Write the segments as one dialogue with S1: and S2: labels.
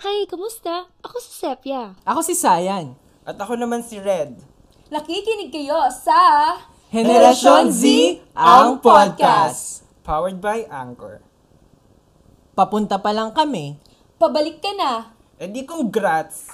S1: Hi, kamusta? Ako si Sepia.
S2: Ako si Sayan.
S3: At ako naman si Red.
S4: Nakikinig kayo sa...
S2: Henerasyon Z, ang podcast.
S3: Powered by Anchor.
S2: Papunta pa lang kami.
S4: Pabalik ka na!
S3: E di congrats!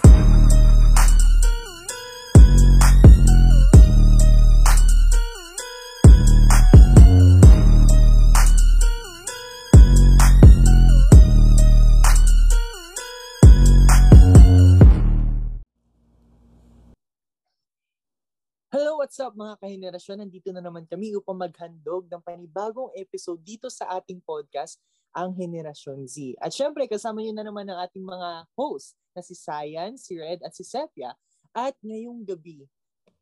S2: Hello, what's up mga kahenerasyon? Nandito na naman kami upang maghandog ng panibagong episode dito sa ating podcast, ang Henerasyon Z. At syempre, kasama nyo na naman ang ating mga hosts na si Sayan, si Red, at si Sepia. At ngayong gabi,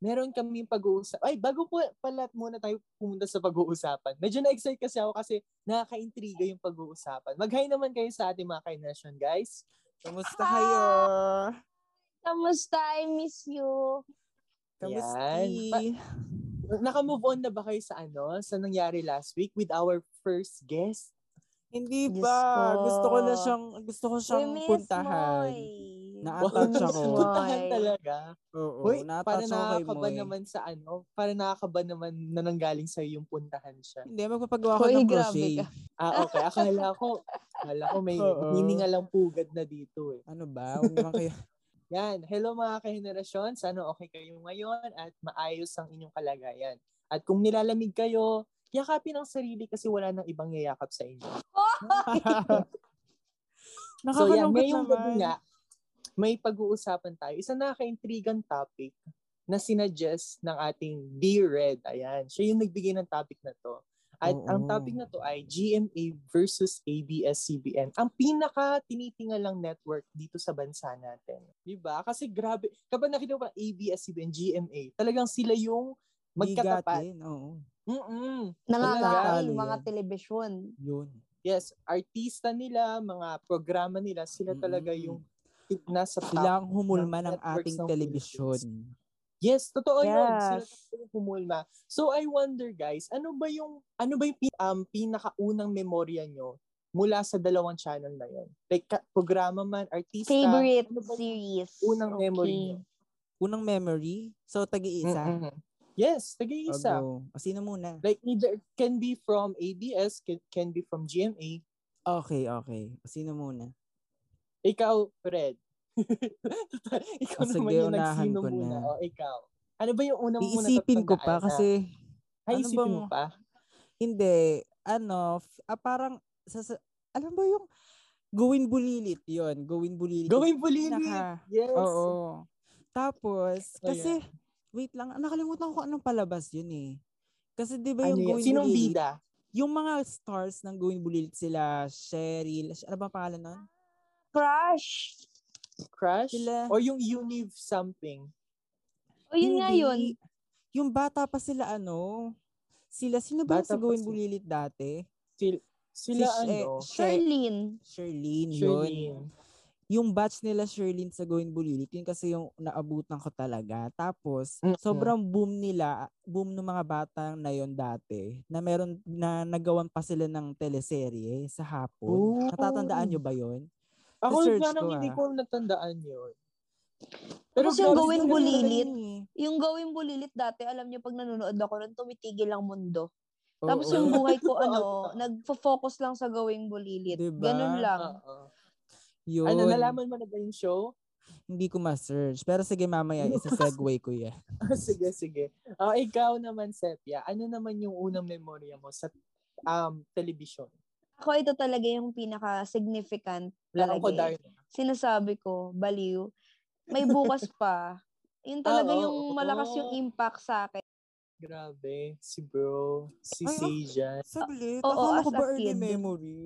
S2: meron kami pag-uusap. Ay, bago po pala muna tayo pumunta sa pag-uusapan. Medyo na-excite kasi ako kasi nakaka-intriga yung pag-uusapan. Mag-hi naman kayo sa ating mga kahenerasyon, guys.
S3: Kamusta
S2: Ah!
S3: kayo?
S4: Kamusta? I miss you.
S3: Kamusti?
S2: Yan. Naka-move on na ba kayo sa ano? Sa nangyari last week with our first guest?
S3: Hindi
S4: Diyos
S3: ba?
S4: ko.
S3: Gusto ko na siyang, gusto ko siyang puntahan. Na-attach
S2: Wow.
S3: ako.
S2: Puntahan talaga.
S3: Oo,
S2: Hoy, para
S3: na-attach ako kay
S2: nakakaba
S3: Moy.
S2: naman sa ano, para nakakaba naman na nanggaling sa'yo yung puntahan siya.
S3: Hindi, magpapagawa ko
S4: Hoy,
S3: ng
S4: grabe
S3: crochet.
S4: ka.
S2: Ah, okay. Akala ko, akala ko may
S3: Oo.
S2: hininga lang pugad na dito eh.
S3: Ano ba? Huwag naman kayo.
S2: Yan. Hello mga kahenerasyon. Sana okay kayo ngayon at maayos ang inyong kalagayan. At kung nilalamig kayo, yakapin ang sarili kasi wala nang ibang yayakap sa inyo. So yan,
S3: Nakakalungkot
S2: ngayong gabi
S3: naman.
S2: nga, may pag-uusapan tayo. Isa nakaka-intrigan topic na sinuggest ng ating Dear Red. Ayan, siya yung nagbigay ng topic na to. At
S3: Oo.
S2: ang topic na to ay GMA versus ABS-CBN. Ang pinaka tinitingalang network dito sa bansa natin. 'Di ba? Kasi grabe, kapag nakita mo pa ABS-CBN, GMA, talagang sila yung magkatapat.
S3: Bigatin, Oo.
S2: Mm-mm.
S3: Nangangain,
S4: Nangangain
S3: Nangangain mga
S4: mga
S3: yan.
S4: telebisyon.
S3: Yun.
S2: Yes, artista nila, mga programa nila, sila talaga
S3: Mm-mm.
S2: yung tip- nasa top.
S3: Sila ang humulma ng
S2: networks
S3: ating
S2: ng
S3: telebisyon.
S2: Yes, totoo yun. Sila
S4: Yes.
S2: talaga yung humulma. So I wonder guys, ano ba yung ano ba yung pin- um, pinakaunang memorya nyo mula sa dalawang channel na yun? Like ka- programa man, artista,
S4: Favorite
S2: ano ba yung
S4: series.
S2: unang memory nyo?
S3: Unang memory, so tag-iisa.
S2: Mm-mm. Yes, tag-iisa.
S3: O, Mm-hmm. go. O, sino muna?
S2: Like either can be from ABS, can, can be from GMA.
S3: Okay, okay. O, sino muna?
S2: Ikaw, Red. ikaw
S3: O, Ah, sige,
S2: naman yung
S3: unahan
S2: nagsino
S3: ko na.
S2: muna. O, ikaw. Ano ba yung unang muna
S3: Iisipin ko pa
S2: tatandaan na-
S3: kasi
S2: Ay,
S3: ano
S2: isipin
S3: bang-
S2: mo pa?
S3: Hindi. Ano, f- ah, parang, sasa- alam mo yung, gawin bulilit yon Gawin bulilit. yung
S2: Gawin bulilit.
S3: pinaka-
S2: Yes.
S3: Oo. Tapos,
S2: Oh,
S3: kasi, wait lang, ah, nakalimutan ko anong palabas yun eh. Kasi di ba
S2: Ano
S3: yung
S2: yun?
S3: Gawin
S2: Sinong
S3: Bulilit,
S2: bida?
S3: yung mga stars ng Gawin Bulilit sila, Cheryl, ano ba ang pangalan nun?
S4: Crush!
S2: Crush?
S3: Sila-
S2: Or yung Univ something?
S4: O yun nga yun.
S3: Hindi. Yung bata pa sila ano, sila, sino ba yung
S2: Bata
S3: sa
S2: pa
S3: Gawin
S2: sila.
S3: Bulilit dati?
S2: Sil- sila
S3: Sh- eh,
S2: ano?
S3: Sher-
S4: Charlene.
S3: Sherlyn, yun.
S2: Shirlene.
S3: yung batch nila Sherlyn sa Going Bulilit, yun kasi yung naabutan ko talaga. Tapos,
S2: Mm-mm.
S3: sobrang boom nila, boom ng mga bata na yon dati, na meron, na nagawan pa sila ng teleserye sa hapon.
S2: Ooh.
S3: Natatandaan nyo ba yon?
S2: Ako
S3: Research
S2: parang
S3: ko,
S2: hindi
S3: ah.
S2: ko natandaan yun.
S4: Tapos yung
S2: grabe
S4: Gawin
S2: talaga yun
S4: Bulilit,
S3: eh.
S4: Yung gawin bulilit dati, alam niyo pag nanonood ako nun, tumitigil ang mundo.
S3: Oo.
S4: Tapos yung buhay ko,
S2: Oo.
S4: ano, nagfo-focus lang sa gawing bulilit.
S3: Diba?
S4: Ganun lang.
S2: Oo.
S3: Yun.
S2: Ano, nalaman mo na ba yung show?
S3: Hindi ko ma-search. Pero sige, mamaya, isa-segue ko yan.
S2: sige, sige. Ah, ikaw naman, Sepia, ano naman yung unang memorya mo sa um, television?
S4: Ako ito talaga yung pinaka-significant.
S2: Wala ko
S4: Talaga
S2: dahil.
S4: eh. Sinasabi ko, baliw. May bukas pa. Yun talaga
S2: Ah, oo,
S4: yung
S2: oo.
S4: malakas yung impact sa akin.
S2: Grabe, si bro, si
S3: Ay,
S2: Sejan.
S3: Saglit.
S4: Oo,
S3: akala
S4: as
S3: ko ba
S4: a
S3: early
S4: kid.
S3: memory?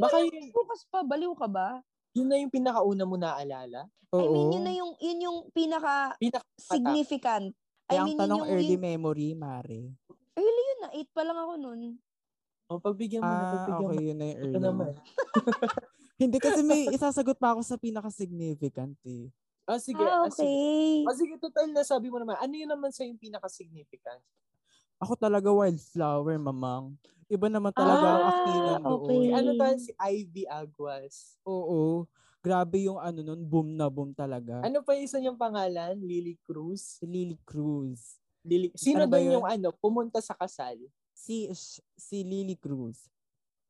S2: Baka yun,
S4: Bukas pa, baliw ka ba?
S2: yun na yung pinakauna mo naalala?
S3: Oo.
S4: I mean, yun na yung, yun yung pinaka
S2: Pinaka-
S4: significant.
S3: Kaya
S4: I
S3: ang
S4: mean, yun
S3: tanong
S4: yung,
S3: early
S4: yun,
S3: memory, Mare.
S4: early yun na, 8 pa lang ako nun.
S2: O, pagbigyan mo na,
S3: Ah,
S2: pagbigyan
S3: okay,
S2: mo.
S3: yun na yung
S2: Ito
S3: early.
S2: naman.
S3: Hindi kasi may isasagot pa ako sa pinaka-significant eh.
S2: Ah, sige.
S4: ah,
S2: ah, sige.
S4: okay.
S2: O sige, total na sabi mo naman. Ano yun naman sa yung pinaka-significant?
S3: Ako talaga wildflower, mamang. Iba naman talaga ang
S4: Ah,
S3: actingan doon.
S4: okay.
S2: Ano tayo si Ivy Aguas?
S3: Oo. Grabe yung ano nun, boom na boom talaga.
S2: Ano pa yung isa niyang pangalan? Lily Cruz?
S3: Si Lily Cruz.
S2: Lily... Sino
S3: Ano ba
S2: doon
S3: yun?
S2: yung ano, pumunta sa kasal?
S3: Si sh- si Lily Cruz.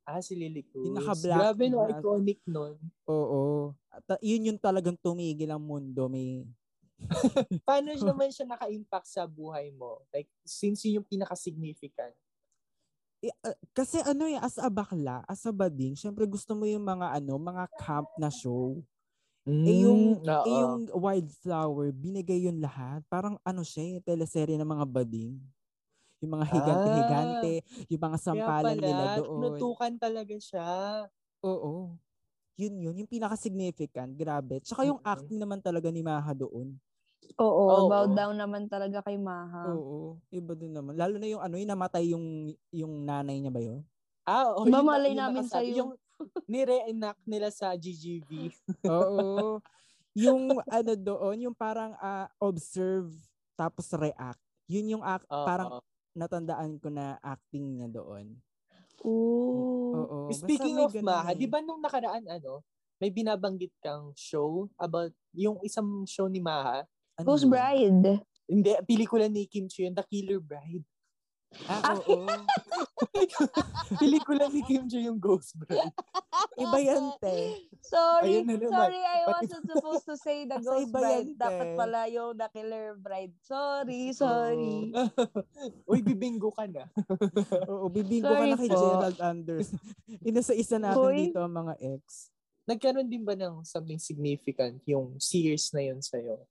S2: Ah, si Lily Cruz.
S3: naka-black
S2: Grabe no,
S3: na-
S2: iconic nun.
S3: Oo. At ah, yun yung talagang tumigil ang mundo. May
S2: Paano siya naman siya naka-impact sa buhay mo? Like, since yun yung pinaka-significant.
S3: Eh, ah, kasi ano eh, as a bakla, as a bading, syempre gusto mo yung mga ano, mga camp na show. eh yung, eh, yung Wildflower, binigay yun lahat. Parang ano siya eh, teleserye ng mga bading. Yung mga higante-higante, yung mga sampalan nila doon.
S2: Tinutukan talaga siya.
S3: Oo. Yun yun, yung pinaka-significant, grabe. Tsaka yung
S2: Mm-mm.
S3: acting naman talaga ni Maha doon.
S4: Oo,
S2: Oo.
S4: bow down naman talaga kay Maha.
S3: Oo, iba din naman. Lalo na yung ano, yung namatay yung yung nanay niya ba yun?
S2: Ah, oh,
S4: Ba, malay namin
S2: nakasabi.
S4: sa'yo.
S2: Yung nire-enact nila sa GGV.
S3: Oo. yung ano doon, yung parang ah, observe tapos react. Yun yung act,
S2: Oo.
S3: parang natandaan ko na acting niya doon.
S4: Oo.
S3: Oo. basta
S2: Speaking
S3: may
S2: of
S3: ganun
S2: Maha,
S3: eh.
S2: di ba nung nakaraan ano, may binabanggit kang show about yung isang show ni Maha.
S3: Ano
S4: Ghost
S3: yun?
S4: Bride.
S2: Hindi, pelikula ni Kim Chu yun, The Killer Bride.
S3: Ah, oo.
S2: pelikula ni Kim Chu yung Ghost Bride.
S3: iba yan, te.
S4: Sorry,
S2: Ayun na naman.
S4: sorry, I
S2: Pati-
S4: wasn't supposed to say the
S3: Asa
S4: ghost
S3: iba
S4: bride.
S3: yan, te.
S4: Dapat pala yung the killer bride. Sorry, sorry.
S2: Uy, bibinggo ka na.
S3: Oo, bibingko ka
S4: Sorry
S3: na kay
S4: po.
S3: Gerald Anders. Inasa-isa natin
S4: Hoy.
S3: dito ang mga ex.
S2: Nagkaroon din ba ng something significant yung series na yun sa'yo?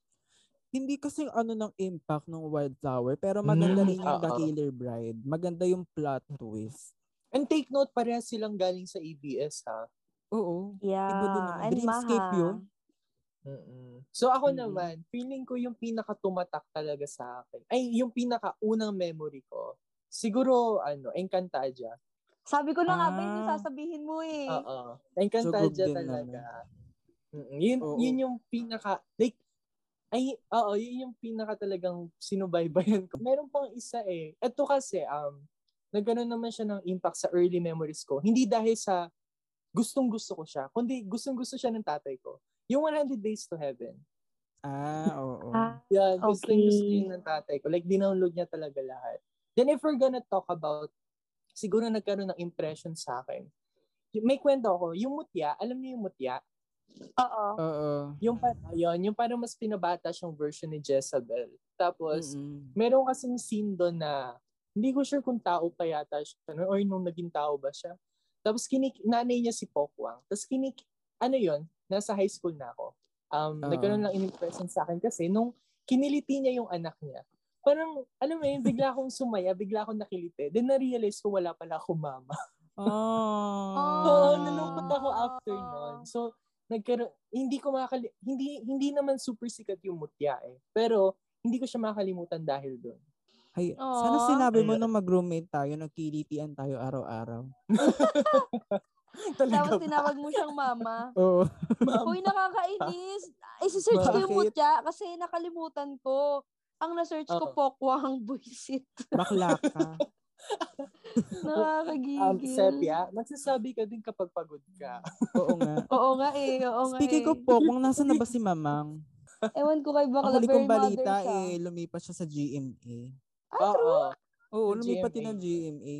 S3: Hindi kasi ano ng impact ng Wildflower, pero
S2: Mm,
S3: maganda rin yung The
S2: oo.
S3: Killer Bride. Maganda yung plot twist.
S2: And take note, parehas silang galing sa ABS, ha?
S3: Oo.
S4: Yeah.
S3: Iba din naman.
S4: And
S3: Dreamscape
S4: Maha.
S3: yun.
S2: mm So ako
S3: Mm-mm.
S2: naman, feeling ko yung pinaka-tumatak talaga sa akin. Ay, yung pinaka-unang memory ko. Siguro, ano, Encantadia.
S4: Sabi ko na nga ba yun yung
S3: Ah.
S4: sasabihin mo eh.
S2: Oo.
S3: Sugod
S2: Encantadia
S3: din
S2: talaga. Mm-mm. Yun,
S3: Oo.
S2: yun yung pinaka, like, ay, oo, yun yung pinaka talagang sinubaybayan ko. Meron pang isa eh. Ito kasi, um, nagkaroon naman siya ng impact sa early memories ko. Hindi dahil sa gustong gusto ko siya, kundi gustong gusto siya ng tatay ko. Yung 100 Days to Heaven.
S3: Ah, oo.
S4: Ah,
S2: Yeah, gusto okay. gusto
S4: Okay.
S2: yun ng tatay ko. Like, dinownload niya talaga lahat. Then if we're gonna talk about, siguro nagkaroon ng impression sa akin. Y- May kwento ako, yung mutya, alam niyo yung mutya?
S4: Oo.
S3: Oo.
S2: Yung, pa, yun, yung parang mas pinabata siyang version ni Jezebel. Tapos,
S3: Mm-mm.
S2: meron kasing scene doon na hindi ko sure kung tao pa yata siya no? or nung naging tao ba siya. Tapos kinik nanay niya si Pokwang. Tapos kinik ano yon nasa high school na ako. Um,
S3: Ah.
S2: Nagkaroon lang in-impression sa akin kasi nung kiniliti niya yung anak niya, parang, alam mo yun, bigla akong sumaya, bigla akong nakiliti. Then na-realize ko wala pala akong mama.
S3: Oh.
S2: Oo,
S4: Ah.
S2: nalungkot ako after nun. So, nagkaroon, hindi ko makakali- hindi, hindi naman super sikat yung mutya eh. Pero, hindi ko siya makalimutan dahil doon.
S3: Ay,
S4: Aw.
S3: sana sinabi mo nung mag-roommate tayo, nagkilitian tayo araw-araw.
S2: Talaga
S4: Tapos
S2: ba?
S4: tinawag mo siyang mama.
S3: Oo.
S2: Ma'am.
S4: Uy, nakakainis. Isi-search ko yung
S3: Bakit?
S4: mutya kasi nakalimutan ko. Ang na-search
S3: Oh.
S4: ko,
S2: Oo.
S4: pokwang buisit.
S3: Bakla ka.
S4: Nakakagigil.
S2: Um, Sepia, magsasabi ka din kapag pagod ka.
S3: Oo nga.
S4: Oo nga eh, oo nga
S3: Speaking
S4: eh.
S3: of po, kung nasa na ba si Mamang?
S4: Ewan ko kay
S3: Ang
S4: Bakla
S3: huli kong
S4: Berry Mother
S3: balita,
S4: siya.
S3: eh, lumipat siya sa GMA.
S4: Ah, true.
S2: Oo.
S3: Oo,
S2: Sa
S3: lumipat din
S2: GMA.
S3: ng GMA.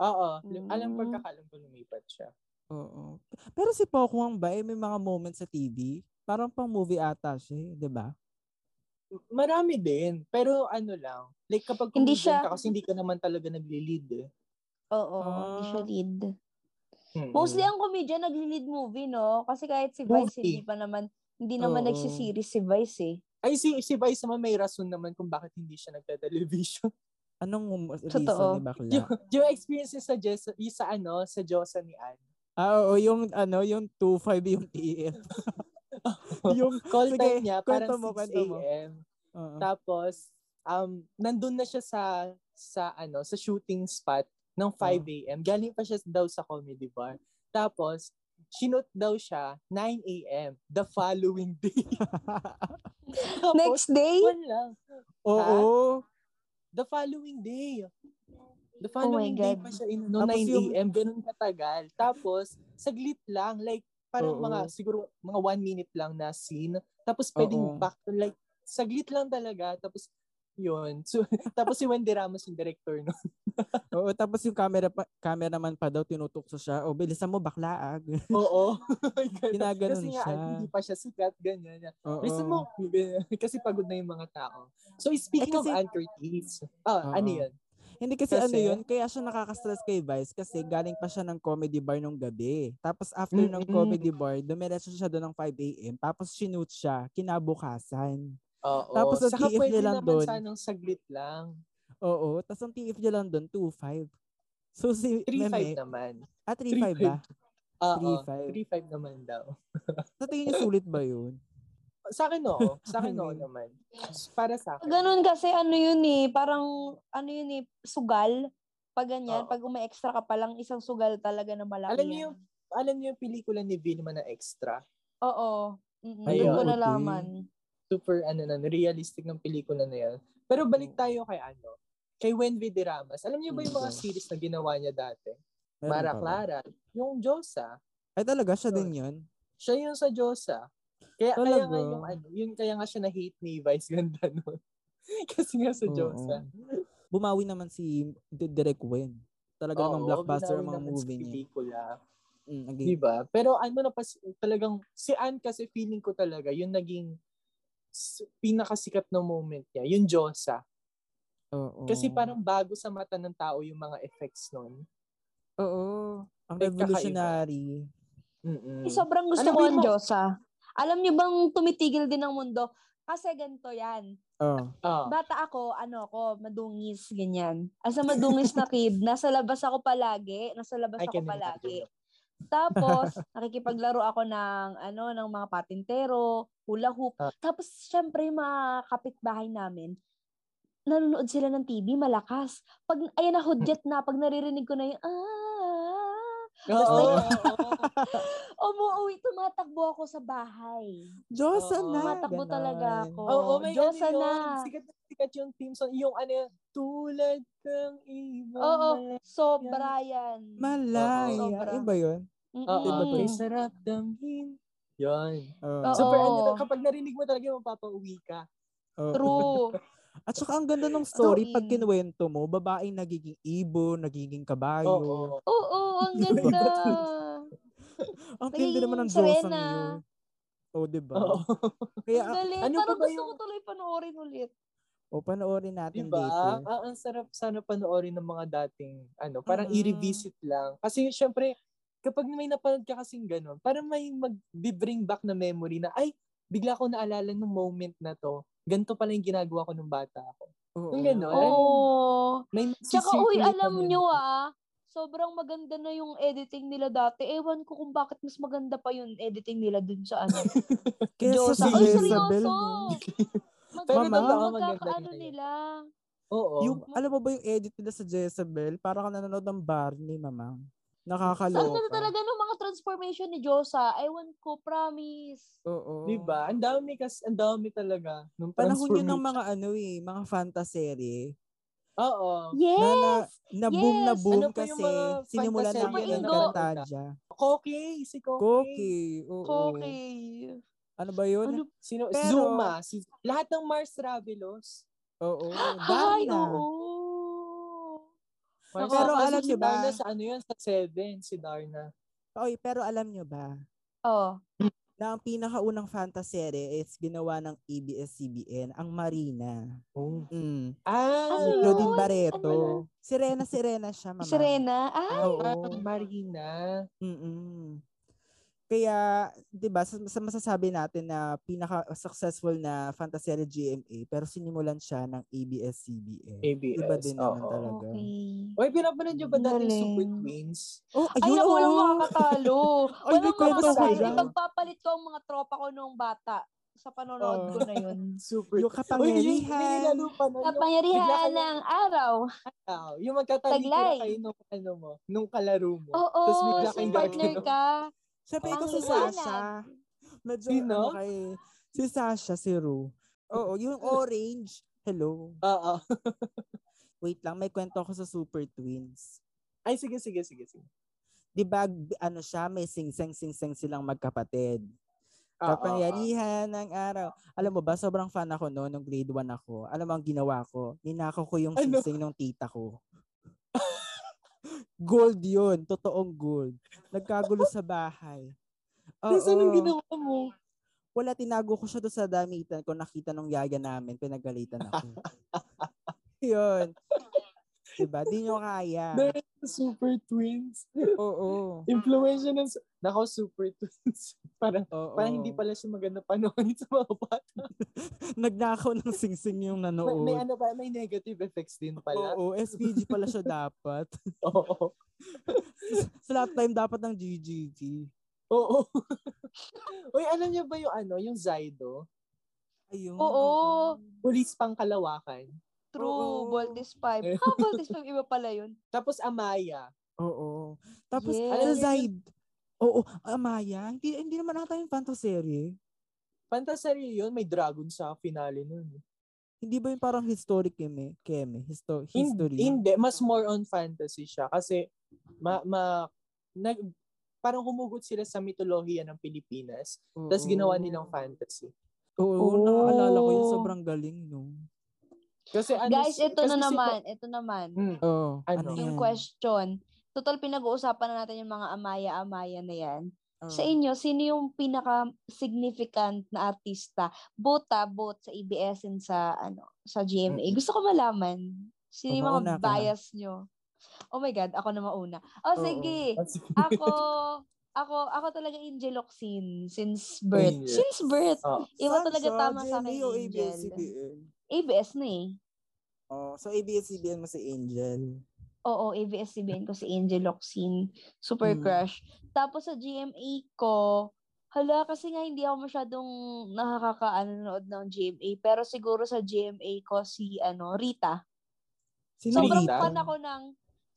S2: Oo. Lim-
S4: Mm.
S2: Alam ko, kakalam ko lumipat siya.
S3: Oo. Pero si Pokwang ba, eh, may mga moments sa TV. Parang pang movie ata siya, eh, di ba?
S2: Marami din. Pero ano lang. Like kapag
S4: Hindi
S2: hindi
S4: siya-
S2: ka kasi hindi ka naman talaga nagli-lead eh.
S4: Oo,
S3: Ah.
S4: hindi siya lead.
S2: Mm-mm.
S4: Mostly ang comedian nagli-lead movie, no? Kasi kahit si Vice,
S2: Movie.
S4: hindi pa naman, hindi naman
S3: Oo.
S4: nagsiseries si Vice eh.
S2: Ay, si, si Vice naman may rason naman kung bakit hindi siya nagte-television.
S3: Anong um- reason
S4: Totoo.
S3: ni Bakla?
S2: yung, yung experience niya sa Jess, yung sa ano, sa Josa ni Ann.
S3: Ah, oo, yung ano, yung 2-5 yung TF. yung,
S2: Call
S3: Sige,
S2: time niya,
S3: kwento
S2: parang 6
S3: mo, kwento mo.
S2: a.m.
S3: oo.
S2: Tapos, um, nandun na siya sa, sa, ano, sa shooting spot ng 5 a.m. Galing pa siya daw sa comedy bar. Tapos, shinoot daw siya 9 a.m. the following day. Tapos,
S4: Next day?
S2: one lang.
S3: oo.
S2: The following day. The following day
S4: God.
S2: pa siya in no,
S3: Oh Tapos
S2: 9
S3: yung-
S2: a.m. Ganun katagal. Tapos, saglit lang. Like, Parang
S3: Oo.
S2: mga, siguro, mga one minute lang na scene. Tapos pwedeng
S3: Oo.
S2: back to like, saglit lang talaga. Tapos, yun. So, tapos si Wendy Ramos yung director, no?
S3: Oo, tapos yung camera pa, cameraman pa daw, tinutukso siya. O, bilisan mo, bakla ah.
S2: Oo. Ganun.
S3: Ginaganon
S2: Kasi nga,
S3: siya.
S2: ano, hindi pa siya sikat, ganyan.
S3: Oo.
S2: Listen mo, ganyan. kasi pagod na yung mga tao. So, speaking
S3: Eh,
S2: of
S3: kasi-
S2: Ann Curtis, ah,
S3: Oo.
S2: ano yun?
S3: Hindi kasi,
S2: Kasi-
S3: ano yun, kaya siya nakaka-stress kay Vice kasi galing pa siya ng comedy bar nung gabi. Tapos after ng
S2: Mm-mm.
S3: comedy bar, dumiretso siya doon ng 5 a.m. Tapos shoot siya kinabukasan.
S2: Oo.
S3: Tapos ang
S2: Saka
S3: TF
S2: pwede
S3: nilang
S2: naman
S3: dun-
S2: sanang saglit lang.
S3: Oo, tapos ang TF niya lang doon, 2-5. So si
S2: 3-5
S3: Meme,
S2: naman.
S3: ah, 3-5 ba?
S2: 3-5. 3-5
S3: 3-5.
S2: naman daw.
S3: Sa tingin niyo sulit ba yun?
S2: Sa akin, oo. Sa akin, oo
S3: Ano yun?
S2: naman. Para sa akin.
S4: Ganun kasi ano yun eh, parang ano yun eh, sugal. Pag
S2: Oo.
S4: ganyan, pag umi-extra ka pa lang, isang sugal talaga na malaki.
S2: Alam
S4: yan.
S2: niyo yung, alam niyo yung pelikula ni Vilma na extra.
S4: Oo. Mm-mm,
S2: Ayun.
S4: Doon ko
S3: Okay.
S4: nalaman.
S2: Super, ano na, realistic ng pelikula na yan. Pero balik tayo kay ano, kay Wendy de Ramos. Alam niyo ba yung mga
S3: Oo.
S2: series na ginawa niya dati?
S3: Mm. Meron
S2: Mara
S3: pa ba?
S2: Clara. Yung Diyosa.
S3: Ay talaga, siya din yun?
S2: Siya yung sa Diyosa. Kaya, kaya nga
S3: Talaga?
S2: yung, ano, yun kaya nga siya na-hate ni Vice Ganda nun. Kasi nga sa
S3: Oo.
S2: Diyosa.
S3: Bumawi naman si D- Direk Wen. Talaga namang
S2: Oo,
S3: blockbuster ang
S2: binawi
S3: mga
S2: naman sa
S3: movie niya.
S2: Pelikula.
S3: Mm, naging-
S2: Diba? Pero ano na pas, talagang si Anne kasi feeling ko talaga yung naging s- pinakasikat na moment niya, yung Diyosa.
S3: Oo.
S2: Kasi parang bago sa mata ng tao yung mga effects nun.
S3: Oo. Ang
S2: Like, kakaiba.
S3: revolutionary.
S2: Mm-mm.
S4: Eh, Sobrang gusto
S2: Alam
S4: ko
S2: mo
S4: ang
S2: yung-
S4: Diyosa. Alam niyo bang tumitigil din ang mundo? Kasi ganito yan.
S3: Oh.
S2: Ah,
S4: Bata ako, ano ko, madungis, ganyan. As a madungis na kid, nasa labas ako palagi, nasa labas
S2: I
S4: ako
S2: can
S4: palagi.
S2: imagine.
S4: Tapos, nakikipaglaro ako ng, ano, ng mga patintero, hula hoop.
S2: Ah.
S4: Tapos, syempre, yung mga kapitbahay namin, nanonood sila ng TV, malakas. Pag, ayan na, hudyat na, pag naririnig ko na yung, ah,
S2: Oo.
S4: yun.
S2: oo.
S4: umuwi, tumatakbo ako sa bahay.
S3: Diyosa
S2: Oo.
S3: na.
S4: Tumatakbo
S3: ganon.
S4: talaga ako.
S2: Oo, oh, my God,
S4: Diyosa na.
S2: Sikat na sikat yung team song. Yung ano yun, tulad ng ibon.
S4: Oo, sobra yan.
S3: Malaya.
S4: Oo, sobra.
S3: Yun ba yun?
S4: Mm-mm.
S2: Oo,
S3: Diba,
S2: may
S3: Chris?
S2: sarap damhin. Yun.
S3: Oo.
S4: Oo.
S2: Super, ano, kapag narinig mo talaga, mapapauwi ka.
S3: Oo.
S4: True.
S3: oh. At saka ang ganda ng story,
S4: Story.
S3: pag kinuwento mo, babaeng nagiging ibon, nagiging kabayo.
S2: Oo.
S4: Oo, ang ganda.
S3: Ang tindi naman ng
S4: Nagiging
S3: Diyosa
S4: sirena.
S3: yun. Oo, di ba?
S2: Oo.
S4: Ang
S3: Kaya,
S4: galing.
S2: ano pa
S4: Parang
S2: ba
S4: gusto
S2: yung-
S4: ko tuloy panoorin ulit.
S3: o, oh, panoorin natin
S2: Diba?
S3: later.
S2: Ah, ang sarap sana panoorin ng mga dating, ano, parang
S3: Mm-mm.
S2: i-revisit lang. Kasi syempre, kapag may napanood ka kasing ganun, parang may mag-bring back na memory na, ay, bigla ko naalala nung moment na to. Ganito pala yung ginagawa ko nung bata ako.
S3: Oo.
S2: Yung ganon.
S4: Oo.
S2: May
S4: Tsaka,
S2: magsisirculate
S4: uy,
S2: na
S4: alam
S2: memory.
S4: nyo ah, sobrang maganda na yung editing nila dati. Ewan ko kung bakit mas maganda pa yung editing nila dun sa ano.
S3: Kesa
S4: Diyosa.
S3: sa
S2: Ay,
S3: Jezebel,
S4: seryoso!
S3: no?
S2: Pero
S4: Maganda
S3: tama,
S4: yung
S2: maganda
S4: magkakaano
S2: yun.
S4: nila.
S2: Oo.
S3: Yung,
S4: Oh.
S3: alam mo ba yung edit nila sa Jezebel? Para ka nanonood ng Barney, mamang.
S4: Ang
S3: Nakakaloka.
S4: ganda talaga ng mga transformation ni Josa. Ewan ko, promise.
S3: Oo.
S2: Diba? Ang dami kas, ang dami talaga. Nung
S3: Panahon yun ng
S2: transformation.
S3: mga ano eh, mga fantasy
S2: Oo.
S3: Na,
S4: Yes!
S3: na, na boom na
S4: Yes!
S3: boom
S2: Ano pa yung
S3: kasi
S2: mga
S3: sinimulan
S2: fantasy
S3: namin
S4: na
S3: ng
S4: nanonood ka?
S3: Cartagena.
S2: Koki, si Koki.
S3: Koki. Oo.
S4: Okay.
S3: Ano ba yun?
S4: Ano?
S2: Sino,
S3: Pero-
S2: Zuma. Si, lahat ng Mars Travelos.
S3: Oo.
S4: Ay,
S3: Dana.
S4: oo.
S2: Mars
S3: Pero
S2: Travelos.
S3: alam
S2: si
S3: niyo ba-
S2: Darna sa ano yun? Sa Seven, si Darna.
S3: Oy, pero alam nyo ba,
S4: Oh.
S3: na ang pinakaunang fantasy is ginawa ng E ABS-CBN, ang Marina.
S2: Oh.
S3: Mm.
S2: Ah,
S4: Ano yun?
S3: Claudine
S4: Ano yun?
S3: Barreto. Sirena, sirena siya, mama.
S4: Serena. Ah,
S2: Ah,
S3: Oo.
S2: Marina.
S3: Mm-mm. Kaya, 'di ba, sa, sa masasabi natin na pinaka-successful na fantasy serie GMA, pero sinimulan siya ng ABS-CBN.
S2: ABS.
S3: Iba din naman
S2: oo.
S3: talaga.
S4: okay.
S2: Oy, pinapanood niyo ba dati yung
S4: Galing.
S2: Super Twins?
S3: Oh,
S4: Ay,
S3: ayun,
S4: naku,
S3: oo.
S4: walang makakatalo.
S3: Ay, may
S4: walang
S3: kwento ko
S4: makakatalo.
S3: dyan.
S4: Ipagpapalit ko ang mga tropa ko noong bata sa panonood
S3: Oo.
S4: ko na yun.
S2: Super
S3: Yung kapangyarihan.
S2: Yung, pa nun, yung, bigla
S4: Kapangyarihan
S2: kayo-
S4: ng araw.
S2: tao. yung magkatalikuran
S4: Taglay.
S2: kayo nung, ano mo, nung kalaro mo.
S4: Oo,
S2: Tapos bigla
S4: si
S2: kayong
S4: partner
S2: gagalaw.
S4: ka.
S3: Siyempre, ikaw si
S4: Pangiliwanag.
S3: Sasha. Medyo,
S2: Sino?
S3: ano kay, si Sasha, si Ru. Oo, yung orange. Hello.
S2: Oo.
S3: Wait lang, may kwento ako sa Super Twins.
S2: Ay, sige, sige, sige. sige.
S3: 'di ba, b- ano siya, may singseng-singseng silang magkapatid.
S2: Oo,
S3: Kapangyarihan ng araw. Alam mo ba, sobrang fan ako noon nung grade 1 ako. Alam mo ang ginawa ko? Ninako ko
S2: Ano?
S3: yung singsing ng tita ko. gold yun. Totoong gold. Nagkagulo sa bahay.
S2: Oo. Tapos anong
S3: Oo.
S2: ginawa mo?
S3: Wala, tinago ko siya doon sa damitan ko. Nakita nung yaya namin, pinagalitan ako. yun. Diba? Di nyo kaya.
S2: Dahil sa Super Twins.
S3: Oo.
S2: Influensya ng... Nako, Super Twins. parang,
S3: Oo.
S2: parang hindi pala siya maganda panoorin sa mga bata.
S3: Nagnakaw ng singsing yung
S2: May,
S3: nanood.
S2: may ano pa, may negative effects din pala.
S3: Oo, SPG pala siya dapat.
S2: Oo.
S3: Slot time dapat ng GGG.
S2: Oo. Uy, alam niyo ba yung ano, yung Zydo?
S3: Ayun.
S4: Oo.
S2: Police pang kalawakan.
S4: True.
S3: Oo.
S4: Voltes 5. Ha, Voltes 5, iba pala yun.
S2: Tapos Amaya.
S3: Oo. Tapos,
S4: Yes.
S3: sa
S2: Alam niyo
S3: Zaid. Oo, Amaya. Hindi, hindi naman ata yung fantasy serie.
S2: Pantasarili yun, may dragon sa finale nun.
S3: Hindi ba yung parang historic keme? Keme? Histo-
S2: Hin-
S3: history?
S2: Hindi, mas more on fantasy siya kasi ma, ma nag, parang humugot sila sa mitolohiya ng Pilipinas
S3: Oo.
S2: tapos ginawa nilang fantasy.
S3: Oo,
S4: Oo.
S3: nakaalala ko yun. Sobrang galing, no?
S2: Kasi ano,
S4: Guys,
S2: si-
S4: ito na
S2: kasi si-
S4: naman. Ito naman.
S2: Mm,
S3: Oo. Ano,
S2: Ano?
S3: yan?
S4: Yung question. Total, pinag-uusapan na natin yung mga amaya-amaya na yan.
S3: Oo.
S4: Sa inyo, sino yung pinaka-significant na artista? Both ah, both sa ABS and sa, ano, sa GMA. Gusto ko malaman. Sino yung
S3: Mauna ka.
S4: mga bias nyo? Oh my God, ako na mauna. Oh,
S3: Oo.
S4: sige.
S2: at si-
S4: Ako, ako, ako talaga Angel Locsin since birth.
S2: Angel.
S4: Since birth.
S3: Oh.
S2: Oo.
S4: Iba
S3: Saan
S4: talaga
S3: siya?
S4: tama sa akin,
S3: GMA o
S4: Angel.
S3: ABS-CBN?
S4: ABS na eh.
S3: Oh, so ABS-CBN mo si Angel.
S4: Oo, ABS-CBN ko si Angel Locsin. Super
S3: Mm.
S2: Hmm.
S4: crush. Tapos sa GMA ko, hala, kasi nga hindi ako masyadong nakakakaanood ng GMA. Pero siguro sa GMA ko si ano Rita.
S3: Sino
S4: Sobrang
S2: Rita?
S4: fan ako ng...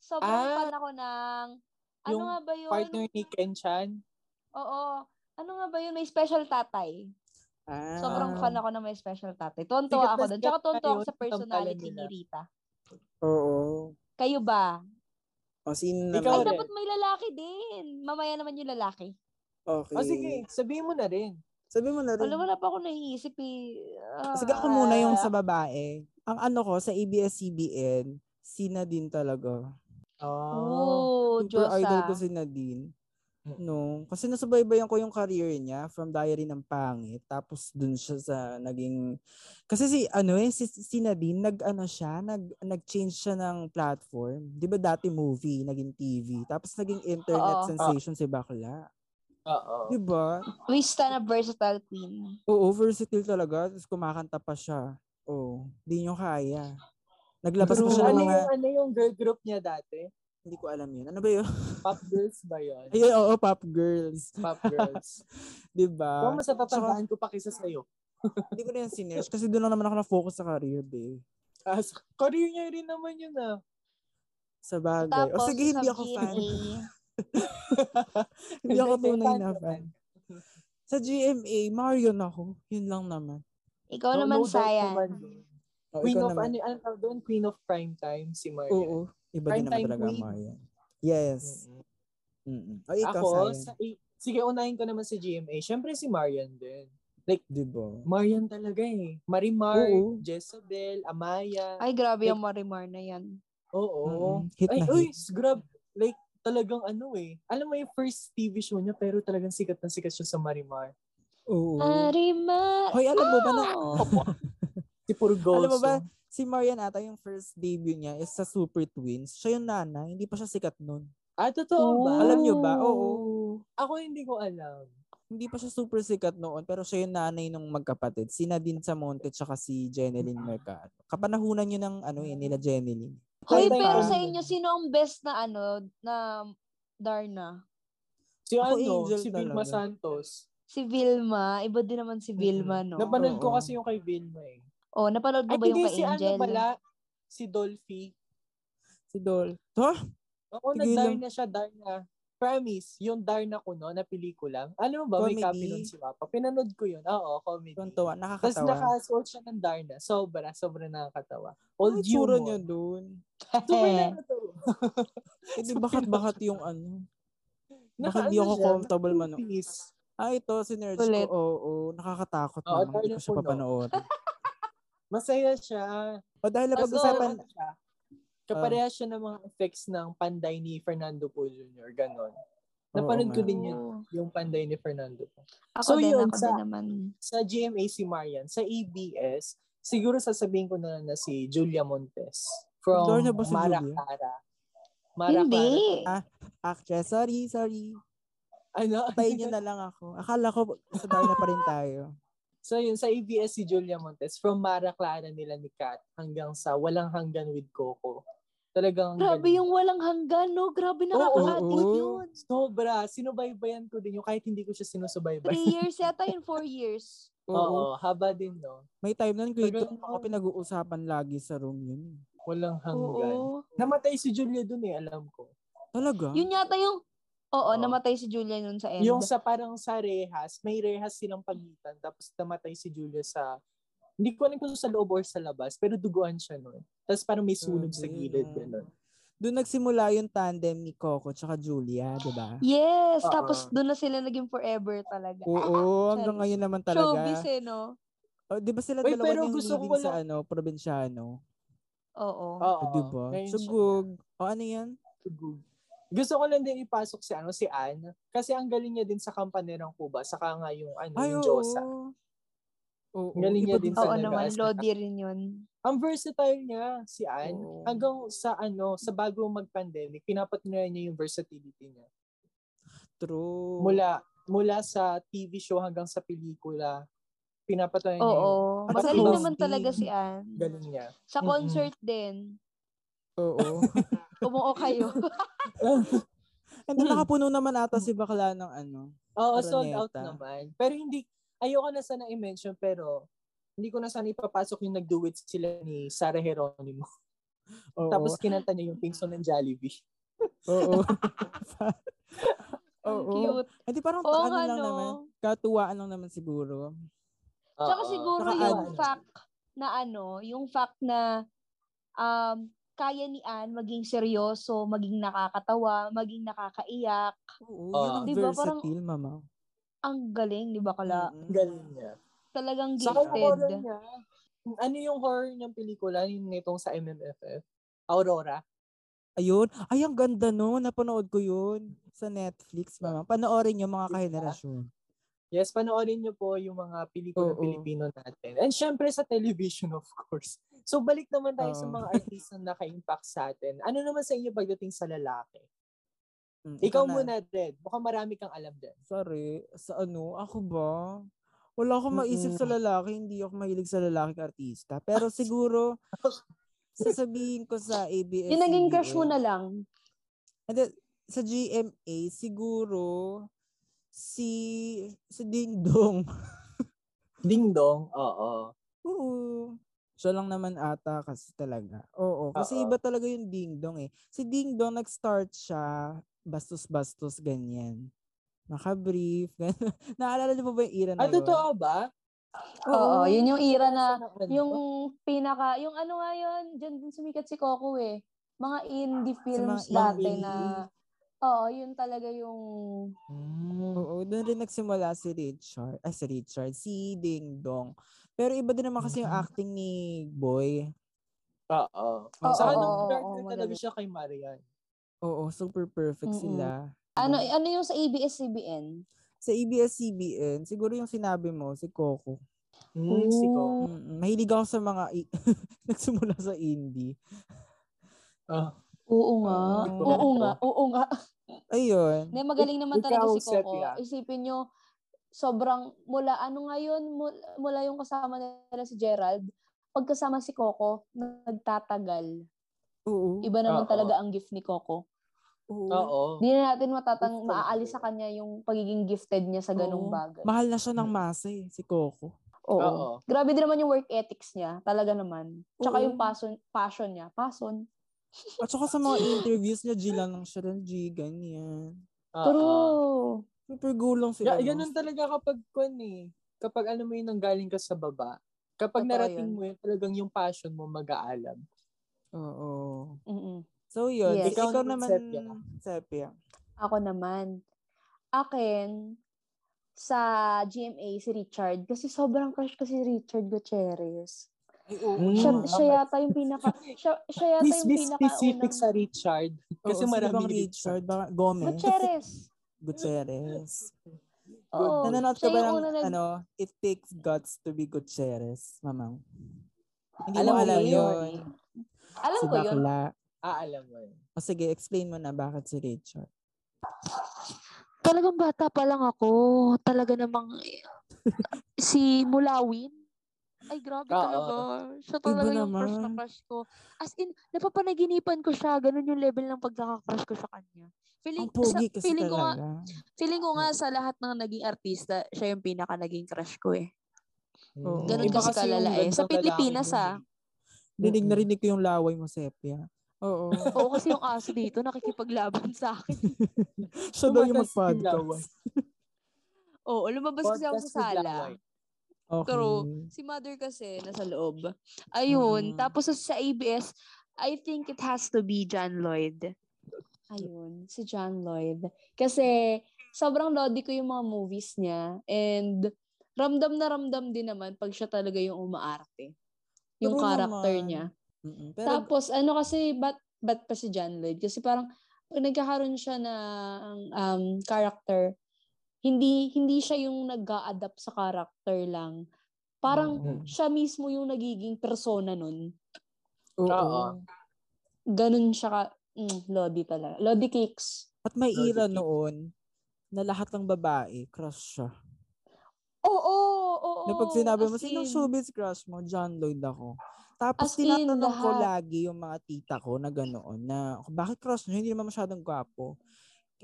S4: Sobrang
S2: Ah.
S4: fan ako ng... Ano
S2: Yung
S4: nga ba yun?
S2: partner ni Ken Chan.
S4: Oo. Ano nga ba yun? May special tatay.
S3: Ah.
S4: Sobrang fan ako ng may special tatay.
S2: Sikat
S4: Tontuwa
S2: na
S4: ako doon.
S2: sikat
S4: Tsaka tontuwa ako
S2: tayo,
S4: sa
S2: tampalan
S4: personality
S2: nila.
S4: ni Rita.
S3: Oo.
S4: Kayo ba?
S3: O, sino
S2: Ikaw
S4: Ay,
S3: naman?
S2: rin.
S4: dapat may lalaki din. Mamaya naman yung lalaki.
S3: Okay.
S2: O Oh, sige, sabihin mo na rin.
S3: Sabi mo na rin.
S4: Wala, wala pa ako naiisip eh. Ah,
S3: Sige ako muna yung sa babae. Ang ano ko, sa ABS-CBN, si Nadine talaga.
S2: Oh.
S4: Oo,
S3: Super
S4: Diyosa.
S3: idol ko si Nadine. No. Kasi nasubaybayan ko yung career niya from Diary ng Pangit. Tapos dun siya sa naging... Kasi si, ano eh, si, si Nadine, nag, ano siya, nag, nag-change siya ng platform. Di ba dati movie, naging TV. Tapos naging internet
S4: Oo.
S3: sensation si Bakla.
S2: Oo.
S3: Di ba?
S4: Wista na versatile queen.
S3: Oo, versatile talaga. Tapos kumakanta pa siya. Oo, di nyo kaya. Naglabas pa
S4: True.
S3: siya ng
S2: Ano
S3: mga,
S2: yung, ano yung girl group niya dati?
S3: hindi ko alam yun. Ano ba yun?
S2: Pop girls ba yun?
S3: Ayun, oo, pop girls.
S2: Pop girls.
S3: Diba?
S2: Kung mas natatandaan ko pa kaysa sa'yo.
S3: hindi ko na yung sinerge kasi doon lang naman ako na-focus sa career, babe. Ah,
S2: As, career niya rin naman yun ah.
S3: Sa bagay. o sige, hindi
S4: sa
S3: ako fan.
S4: GMA,
S3: hindi ako
S2: Hindi,
S3: tunay
S2: fan
S3: na
S2: ka
S3: fan. Sa GMA, Marion ako. Yun lang naman.
S4: Ikaw
S2: No-
S4: naman,
S2: no doubt
S4: Sayan.
S2: naman doon.
S3: O,
S2: Queen
S3: ikaw
S2: of, ano,
S3: naman.
S2: ano tawag doon? Queen of prime time, si Maria.
S3: Oo. Iba din naman
S2: Primetime
S3: talaga
S2: queen.
S3: ang Marion. Yes.
S2: Mm-mm.
S3: Mm-mm. O, ikaw,
S2: Ako,
S3: Sayan.
S2: sa, i- sige, unahin ko naman sa GMA. Siyempre si Marian din. Like,
S3: Diba?
S2: Marian talaga eh. Marimar,
S3: Oo.
S2: Jezebel, Amaya.
S4: Ay, grabe yung Marimar na yan.
S2: Oo.
S3: Mm-mm. Hit
S2: Ay,
S3: na
S2: uy,
S3: hit.
S2: s- grab. Like, talagang ano eh. Alam mo yung first TV show niya, pero talagang sikat na sikat siya sa Marimar.
S3: Oo.
S4: Marimar.
S3: Hoy, alam mo ba na,
S4: Oh!
S2: Si Puro Goals.
S3: Alam mo ba,
S2: yun.
S3: si Marian ata yung first debut niya is sa Super Twins. Siya yung nana, hindi pa siya sikat nun.
S2: Ah, totoo ba?
S3: Alam niyo ba?
S4: Oh.
S3: Oo.
S2: Ako hindi ko alam.
S3: Hindi pa siya super sikat noon, pero siya yung nanay nung magkapatid. Si Nadine Samonte tsaka si Jeneline Mercado. Kapanahunan yun ng ano eh, nila Jeneline.
S4: Hoy,
S2: Tay-tay
S4: pero
S2: pa.
S4: sa inyo, sino ang best na ano, na Darna?
S2: Si ano,
S3: Ako, Angel
S2: si Vilma
S3: talaga.
S2: Santos. Mm.
S4: Si Vilma. Iba din naman si Vilma, no?
S2: Napanood ko
S3: Oo.
S2: kasi yung kay Vilma eh.
S4: oh, napanood mo
S2: Ay,
S4: ba yung
S2: hindi,
S4: kay
S2: si ano
S4: Angel?
S2: pala? Si Dolphy.
S3: Si Dol. Huh?
S2: Oo,
S3: Sige lang.
S2: na-Darna siya, Darna. Promise, yung Darna ko no, na pelikulang. Alam mo ba, may
S3: Comedy.
S2: copy nun si Papa. Pinanood ko yun. Ah, Oo, comedy.
S3: Tuntua,
S2: Tapos
S3: nakakatawa.
S2: naka-assault siya ng Darna. Sobra, sobra nakakatawa.
S3: Ay,
S2: Old
S3: tsura
S2: humor.
S3: niya Ano dun.
S2: Super nakakatawa.
S3: Eh, di bakat-bakat yung ano. Baka hindi ako comfortable man. Ah, ito, sinerge ko.
S4: Ulit.
S3: Oo, oo. nakakatakot
S2: Oo,
S3: naman. Hindi ko
S2: tayo
S3: siya
S2: puno.
S3: papanoorin.
S2: Masaya siya.
S3: O dahil
S2: Tapos
S3: napag-usapan,
S2: ano siya, kapareha siya ng mga effects ng panday ni Fernando Poe Jr. Ganon. Napanood
S3: Oo
S2: ko
S3: nga.
S2: din yun, yung panday ni Fernando Poe.
S4: Oh. Ako
S2: So,
S4: din,
S2: yun,
S4: ako
S2: sa-
S4: din naman.
S2: Sa GMA si Marian, sa ABS, siguro sasabihin ko na lang na si Julia Montes from
S3: Door na ba si Julia?
S2: Maracara.
S4: Hindi.
S3: actress, sorry, sorry.
S2: Ano?
S3: Patayin niyo na lang ako. Akala ko, sa Darna pa rin tayo.
S2: So yun, sa ABS si Julia Montes, from Mara Clara nila ni Kat hanggang sa Walang Hanggan with Coco. Talagang
S4: Grabe
S2: ganun.
S4: yung walang hanggan, no? Grabe
S2: Oo,
S4: nakakahatig
S3: oo.
S4: yun.
S2: Sobra. Sinubaybayan ko din yung kahit hindi ko siya sinusubaybay.
S4: Three years yata yun, four years.
S2: Oo, haba din, no?
S3: May time nun, Guito,
S2: Tagal
S3: ako
S2: nun.
S3: pinag-uusapan lagi sa room yun. eh.
S2: Walang hanggan.
S4: Oo.
S2: Namatay si Julia dun eh, alam ko.
S3: Talaga?
S4: Yun yata yung... Oo,
S2: Oo.
S4: namatay si Julia nun sa end.
S2: Yung sa parang sa rehas, may rehas silang pagitan tapos namatay si Julia sa hindi ko alam kung sa loob or sa labas, pero duguan siya nun. Tapos parang may sunog sa
S3: Grabe,
S2: gilid,
S3: ah.
S2: gano'n.
S3: Doon nagsimula yung tandem ni Coco tsaka Julia, di ba?
S4: Yes,
S2: Oo.
S4: tapos doon na sila naging forever talaga.
S3: Oo, hanggang
S4: Sorry.
S3: ngayon naman
S4: Showbiz
S3: talaga.
S4: eh, no?
S3: Oh, di ba sila
S2: Uy, pero
S3: dalawa yung
S2: gusto ko
S3: leading sa
S2: walang-
S3: ano, probinsyano? Oh,
S4: Oo.
S2: Oo,
S3: di ba?
S2: ngayon siya
S3: Sugog. O ano yan?
S2: Tugog. Gusto ko lang din ipasok si ano si Anne kasi ang galing niya din sa kampanerang Cuba saka nga yung ano
S3: Ay,
S2: yung
S3: oo.
S2: Diyosa.
S3: Oo,
S2: Galing niya
S3: iba
S2: din
S3: din ano.
S4: Oo
S2: sa
S3: talaga.
S4: naman,
S2: as-
S4: Lodi rin yun.
S2: Ang versatile niya si Anne
S3: Oo.
S2: hanggang sa ano sa bago mag-pandemic pinapatunayan niya yung versatility niya.
S3: True.
S2: Mula mula sa TV show hanggang sa pelikula pinapatunayan niya
S4: Oo.
S2: yung
S3: At sa
S4: Magaling naman
S3: hosting.
S4: talaga si Anne.
S2: galing niya.
S4: Sa
S2: Mm-mm.
S4: concert din.
S3: Oo.
S4: Umuo kayo.
S3: And then
S2: Hmm.
S3: nakapuno naman ata si bakla ng ano.
S2: Oo, sold out
S3: Araneta.
S2: naman. Pero hindi ayoko na sana i-mention pero hindi ko na sana ipapasok yung nagduet sila ni Sarah Geronimo.
S3: Oo.
S2: Tapos kinanta niya yung Pink Song ng Jollibee.
S3: oo.
S4: Ang
S3: oo.
S4: cute.
S3: Ay, di parang
S4: Oo
S3: ano
S4: nga,
S3: lang
S4: no?
S3: naman. Katuwaan lang naman siguro.
S4: Tsaka
S2: Oo.
S4: siguro
S3: Saka
S4: yung
S3: ano?
S4: fact na ano, yung fact na um, kaya ni Anne maging seryoso, maging nakakatawa, maging nakakaiyak.
S3: Oo.
S2: Ah.
S3: yun ang
S4: Diba, parang-
S3: versatile, mama.
S4: Ang galing, di ba kala?
S3: Mm-mm.
S2: Galing niya.
S4: Talagang
S2: Sa horror
S4: gifted.
S2: niya. Ano yung horror niyang pelikula? Yung nitong sa MMFF? Aurora?
S3: Ayun. Ay, ang ganda no. Napanood ko yun sa Netflix, mama. Panoorin yung mga kahenerasyon.
S2: Yes, panoorin niyo po yung mga pelikula
S3: Oo.
S2: Pilipino natin. And syempre sa television, of course. So balik naman tayo sa
S3: Oo.
S2: mga artista na naka-impact sa atin. Ano naman sa inyo pagdating sa lalaki?
S3: Mm,
S2: Ikaw
S3: na.
S2: muna, Red. Mukhang marami kang alam dyan.
S3: Sorry. Sa ano? Ako ba? Wala akong maisip sa
S2: Mm-mm.
S3: lalaki. Hindi ako mahilig sa lalaking artista. Pero siguro, sasabihin ko sa ABS-CBN.
S4: Yung naging crush mo na lang.
S3: And then, sa GMA, siguro, si, si Ding Dong.
S2: Ding Dong? Oo.
S3: Oo. Siya lang naman ata kasi talaga. Oo. Kasi
S2: Oo.
S3: iba talaga yung Ding Dong eh. Si Ding Dong, nag-start siya, bastos-bastos, ganyan. Naka-brief, ganun. Naalala niyo pa ba yung era na
S2: Ah,
S3: yun?
S2: totoo ba?
S4: Oo, yun yung era na
S2: Sa ano?
S4: Yung pinaka, yung ano nga yun, dyan din sumikat si Coco eh. Mga indie films
S3: mga
S4: dati
S3: indie.
S4: na, oo, yun talaga yung,
S2: Mm.
S3: Oo, doon rin nagsimula si Richard. Ay, si Richard. Si Ding Dong. Pero iba din naman kasi yung
S2: Mhm.
S3: acting ni Boy.
S2: Oo.
S4: Oo,
S2: Saka
S4: oo,
S2: nung
S4: oo,
S2: nag
S4: oo,
S2: talaga
S4: magaling.
S2: siya kay Marian.
S3: Oo, super perfect
S4: Mm-mm.
S3: sila.
S4: ano, ano yung sa ABS-CBN?
S3: Sa E ABS-CBN, siguro yung sinabi mo, si Coco.
S4: Hmm,
S2: Mm, si Kong.
S4: Oo.
S3: Mm, Mahilig ako sa mga i- nagsimula sa indie.
S2: Ah,
S4: Oo nga,
S3: Oo.
S4: oo nga, oo nga.
S3: Ayun.
S4: Hindi, magaling naman
S2: Ikaw,
S4: talaga si Coco.
S2: Sepia.
S4: Isipin nyo, sobrang, mula ano nga yun, mula, mula yung kasama nila si Gerald, pagkasama si Coco, nagtatagal.
S3: Oo.
S4: Iba naman
S2: Oo.
S4: talaga ang gift ni Coco.
S3: oo.
S2: oo.
S4: Hindi na natin matatang
S2: Gifted.
S4: maaalis sa kanya yung pagiging gifted niya sa ganong
S3: Oo.
S4: bagay.
S3: Mahal na siya ng
S2: Mm.
S3: masa eh, si Coco.
S4: Oo.
S2: Oo.
S4: Grabe din naman yung work ethics niya. Talaga naman. Tsaka
S3: Oo.
S4: yung passion, passion niya. Passion.
S3: At saka sa mga interviews niya, G lang siya rin, G, ganyan.
S2: Oo.
S4: True.
S3: Super gulang si
S2: Ga-
S3: ano,
S2: ganun talaga kapag kwan eh. Kapag alam mo yun, nanggaling ka sa baba. Kapag
S4: Totoo
S2: narating
S4: yun.
S2: mo yun, talagang yung passion mo mag-aalam.
S3: Oo.
S2: ah.
S4: Mm-mm.
S3: So, yun.
S4: Yes.
S3: Ikaw,
S2: Ikaw
S3: naman,
S2: naman,
S3: Sepia.
S4: Ako naman. Akin, sa GMA si Richard. Kasi sobrang crush ko si Richard Gutierrez.
S3: Ay, oo.
S2: Mm.
S4: Siya,
S2: Mm.
S4: siya yata yung pinaka... Siya, siya yata
S2: Please
S4: yung
S2: be
S4: pinaka
S2: specific sa Richard. Kasi
S3: Oo, sino
S2: maraming
S3: bang Richard.
S2: Richard.
S3: Baka Gomez.
S4: Gutierrez.
S3: Gutierrez.
S4: Oo.
S3: Nanonood ka
S4: Oh, siya
S3: ba
S4: yung
S3: ng,
S4: una nag-
S3: ano, It Takes Guts to be Gutierrez, mamang? Hindi
S2: Alam
S3: mo
S2: ko
S3: alam
S2: yun.
S3: yun.
S4: Alam
S3: Si
S4: ko yun.
S3: Bakla.
S2: Ah, alam mo yun.
S3: O sige, explain mo na bakit si Richard.
S1: Talagang bata pa lang ako. Talaga namang si Mulawin. Ay, grabe
S2: Oo.
S1: talaga. Siya talaga yung crush na
S3: naman.
S1: crush ko. As in, napapanaginipan ko siya. Ganun yung level ng pagkakakrush ko sa kanya. Feeling,
S3: Ang pogi
S1: sa-
S3: kasi
S1: feeling ko nga,
S3: talaga.
S1: feeling ko
S2: Mm.
S1: nga sa lahat ng naging artista, siya yung pinaka naging crush ko eh.
S3: Oo.
S1: Ganun
S2: Mm. Iba
S1: kasi kalala eh. Sa
S2: yung gandang lalaki
S1: Pilipinas,
S2: nun
S1: ah.
S2: eh.
S3: Rinig
S2: Mm-mm.
S3: na rinig ko yung laway mo, Sepia. Oo.
S1: Oo, kasi yung aso dito nakikipaglaban sa akin.
S3: Siya daw yung
S2: Tumatas yung laway.
S3: mag-podcast.
S1: Oo, lumabas kasi ako
S2: Podcast with
S1: sa sala.
S2: laway.
S3: Okay.
S1: True. Si mother kasi nasa loob. Ayun.
S3: Mm.
S1: Tapos sa ABS, I think it has to be John Lloyd.
S4: Ayun, si John Lloyd. Kasi sobrang lodi ko yung mga movies niya. And ramdam na ramdam din naman pag siya talaga yung umaarte. Yung
S3: True
S4: character
S3: naman.
S4: niya.
S3: Mm-mm. Pero,
S4: Tapos ano kasi, bat, bat pa si John Lloyd? Kasi parang pag nagkakaroon siya na um, character, hindi hindi siya yung nag adapt sa character lang. Parang
S2: Mm.
S3: Mm-hmm.
S4: siya mismo yung nagiging persona nun.
S3: oo.
S2: Oo.
S4: Ganun siya ka, mm, Lodi talaga. Lodi Cakes.
S3: At may
S2: Lodi
S3: ira
S2: Cakes.
S3: noon na lahat ng babae, crush siya.
S4: Oo, oo, oo.
S3: na pag sinabi mo,
S4: As
S3: sinong
S4: in,
S3: showbiz crush mo? John Lloyd ako. Tapos
S4: As in,
S3: tinatanong ko
S4: lahat.
S3: lagi yung mga tita ko na ganoon na bakit crush niyo? Hindi naman masyadong gwapo.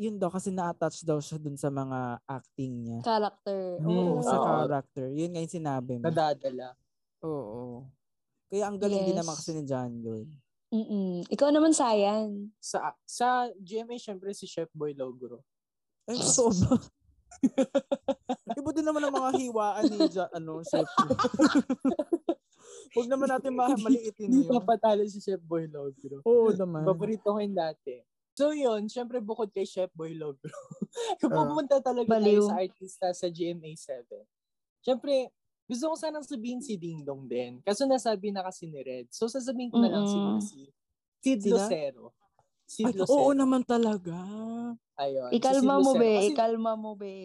S3: Yun daw kasi na-attach daw siya dun sa mga acting niya.
S4: Character.
S3: Oo,
S4: Oo.
S3: Mm, sa
S2: Oo.
S3: character. Yun nga yung sinabi mo.
S2: Nadadala.
S3: Oo. Kaya ang galing din
S4: Yes.
S3: naman kasi ni John Lloyd.
S4: Mm-mm. Ikaw naman, Sayan.
S2: Sa, sa GMA, syempre si Chef Boy Logro.
S3: Ay, totoo ba? Iba din naman ang mga hiwaan ni John, ano, Chef. Huwag naman natin ma- maliitin
S2: Hindi
S3: yun.
S2: papatalo si Chef Boy Logro.
S3: Oo naman.
S2: Paborito ko yung dati. So yun, syempre bukod kay Chef Boy Logro. Kung
S3: Ah.
S2: pupunta talaga
S4: Baliw.
S2: tayo sa artista sa GMA 7. Syempre, gusto ko sanang sabihin si Ding Dong din. Kaso nasabi na kasi ni Red. So sasabihin ko na lang sino
S4: Mm-mm.
S2: si Sid
S3: Sina?
S2: Lucero. Sid
S3: Ay,
S2: Lucero.
S3: oo naman talaga.
S2: Ayun. si
S4: Ikalma
S2: Sid
S4: mo,
S2: Lucero.
S4: be.
S2: Kasi
S4: Ikalma mo, be.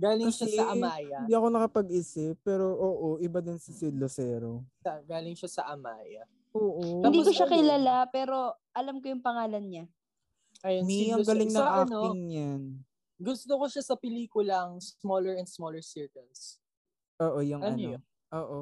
S2: Galing siya
S3: Kasi-
S2: sa Amaya.
S3: Hindi ako nakapag-isip, pero oo, iba din si Sid Lucero.
S2: Sa- Galing siya sa Amaya.
S3: Oo.
S4: Hindi ko
S2: Tapos
S4: siya
S2: ano?
S4: kilala, pero alam ko yung pangalan niya.
S2: Ayun, Sid
S3: Mi, ang
S2: Lucero.
S3: galing ng
S2: Sa ano,
S3: acting niyan.
S2: gusto ko siya sa pelikulang Smaller and Smaller Circles.
S3: Oo, yung
S2: Ano
S3: ano.
S2: yun?
S3: Oo.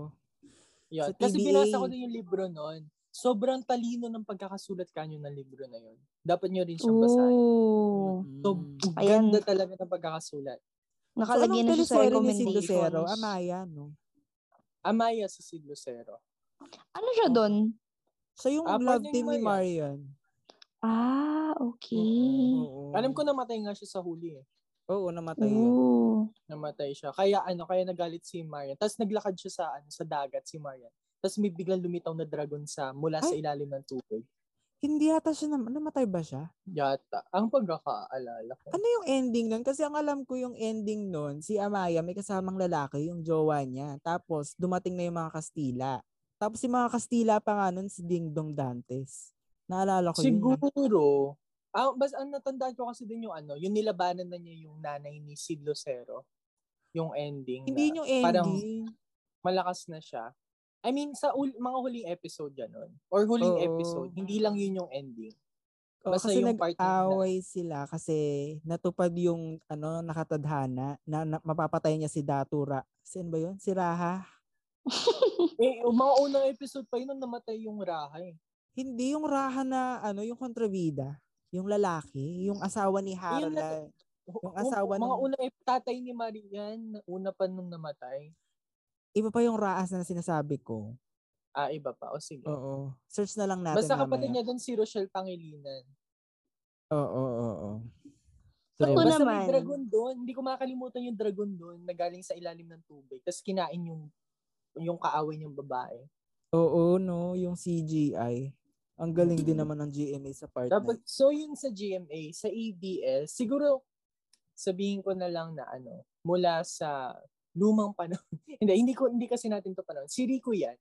S2: Yun.
S3: Sa
S2: Kasi
S3: TBA.
S2: binasa ko din yung libro noon. Sobrang talino ng pagkakasulat kanyo ng libro na yun. Dapat nyo rin siyang basahin.
S4: Oo.
S3: Mm.
S2: So,
S4: Ayan.
S2: ganda talaga ng pagkakasulat.
S3: So,
S4: Nakalagay
S3: anong
S4: na siya sa
S3: teleserye ni Sid
S4: recommendations.
S3: Lucero? Amaya, no?
S2: Amaya si Sid Lucero.
S4: Ano siya doon?
S3: Siya yung
S2: Ah,
S3: love
S2: partner ni
S3: team ni Marian.
S4: Ah, okay.
S3: Oo.
S2: Alam ko namatay nga siya sa huli eh.
S3: Oo, namatay yun.
S4: Oo.
S2: Namatay siya. Kaya ano, kaya nagalit si Marian. Tapos naglakad siya sa ano, sa dagat si Marian. Tapos may biglang lumitaw na dragon sa mula sa
S3: Ay!
S2: ilalim ng tubig.
S3: Hindi yata siya nam- namatay ba siya?
S2: Yata. Ang pagkakaalala ko.
S3: Ano yung ending nun? Kasi ang alam ko yung ending nun, si Amaya may kasamang lalaki, yung jowa niya. Tapos dumating na yung mga Kastila. Tapos si mga Kastila pa nga nun, si Ding Dong Dantes. Naalala ko yun.
S2: Siguro. Ah, bas ang natandaan ko kasi din yung ano, yung nilabanan na niya yung nanay ni Sid Lucero. Yung ending.
S3: Hindi yun
S2: na
S3: yung
S2: Parang
S3: ending.
S2: malakas na siya. I mean, sa ul- mga huling episode ganun. Or huling
S3: Oo.
S2: episode, hindi lang yun yung ending.
S3: Oo,
S2: basta
S3: kasi
S2: yung part nila.
S3: nag-away sila kasi natupad yung ano nakatadhana na, na mapapatay niya si Datura. Sin ba yun? Si Raha?
S2: Eh, yung mga unang episode pa yun, nung namatay yung Raha eh.
S3: Hindi yung Raha na ano yung kontrabida. Yung lalaki, yung asawa ni Harold.
S2: na-
S3: na-
S2: Hu-
S3: Yung
S2: hu-
S3: asawa
S2: Mga
S3: nung-
S2: unang ep- tatay ni Marian, una pa nung namatay.
S3: Iba pa yung Raas na sinasabi ko.
S2: Ah, iba pa. O sige.
S3: Oo. Search na lang natin
S2: Basta kapatid
S3: mamaya.
S2: niya doon si Rochelle Pangilinan.
S3: Oo, oo, oo. Diba?
S4: True. Ito
S2: Basta
S4: naman.
S2: may dragon doon. Hindi ko makakalimutan yung dragon doon na galing sa ilalim ng tubig. Tapos kinain yung yung kaaway niyang babae.
S3: Oo, no. Yung CGI. Ang galing din naman ng GMA sa part
S2: Dapat,
S3: na
S2: so yun sa GMA, sa ABS, siguro sabihin ko na lang na ano, mula sa lumang panahon. hindi, hindi, ko, hindi kasi natin to panahon. Si Rico yan.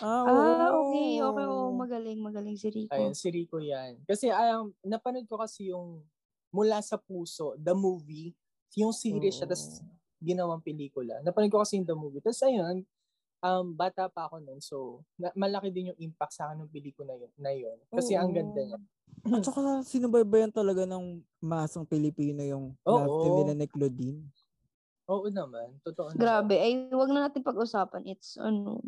S3: Ah,
S1: Ah,
S3: oo.
S1: okay. Okay, oo. magaling, magaling si Rico.
S4: Hmm.
S2: Ayun, si Rico yan. Kasi um, napanood ko kasi yung Mula sa Puso, the movie, yung series siya,
S3: Hmm.
S2: tapos ginawang pelikula. Napanood ko kasi yung the movie. Tapos ayun, um, bata pa ako noon, so na- malaki din yung impact sa akin ng pelikula na yun. Na yun kasi
S3: Oo.
S2: ang ganda
S1: Oh.
S2: niya.
S3: At saka sinubaybayan talaga ng masang Pilipino yung
S2: Oo.
S3: love team nila ni Claudine.
S2: Oo naman, totoo naman.
S1: Grabe. Ay, wag na natin pag-usapan. It's, ano,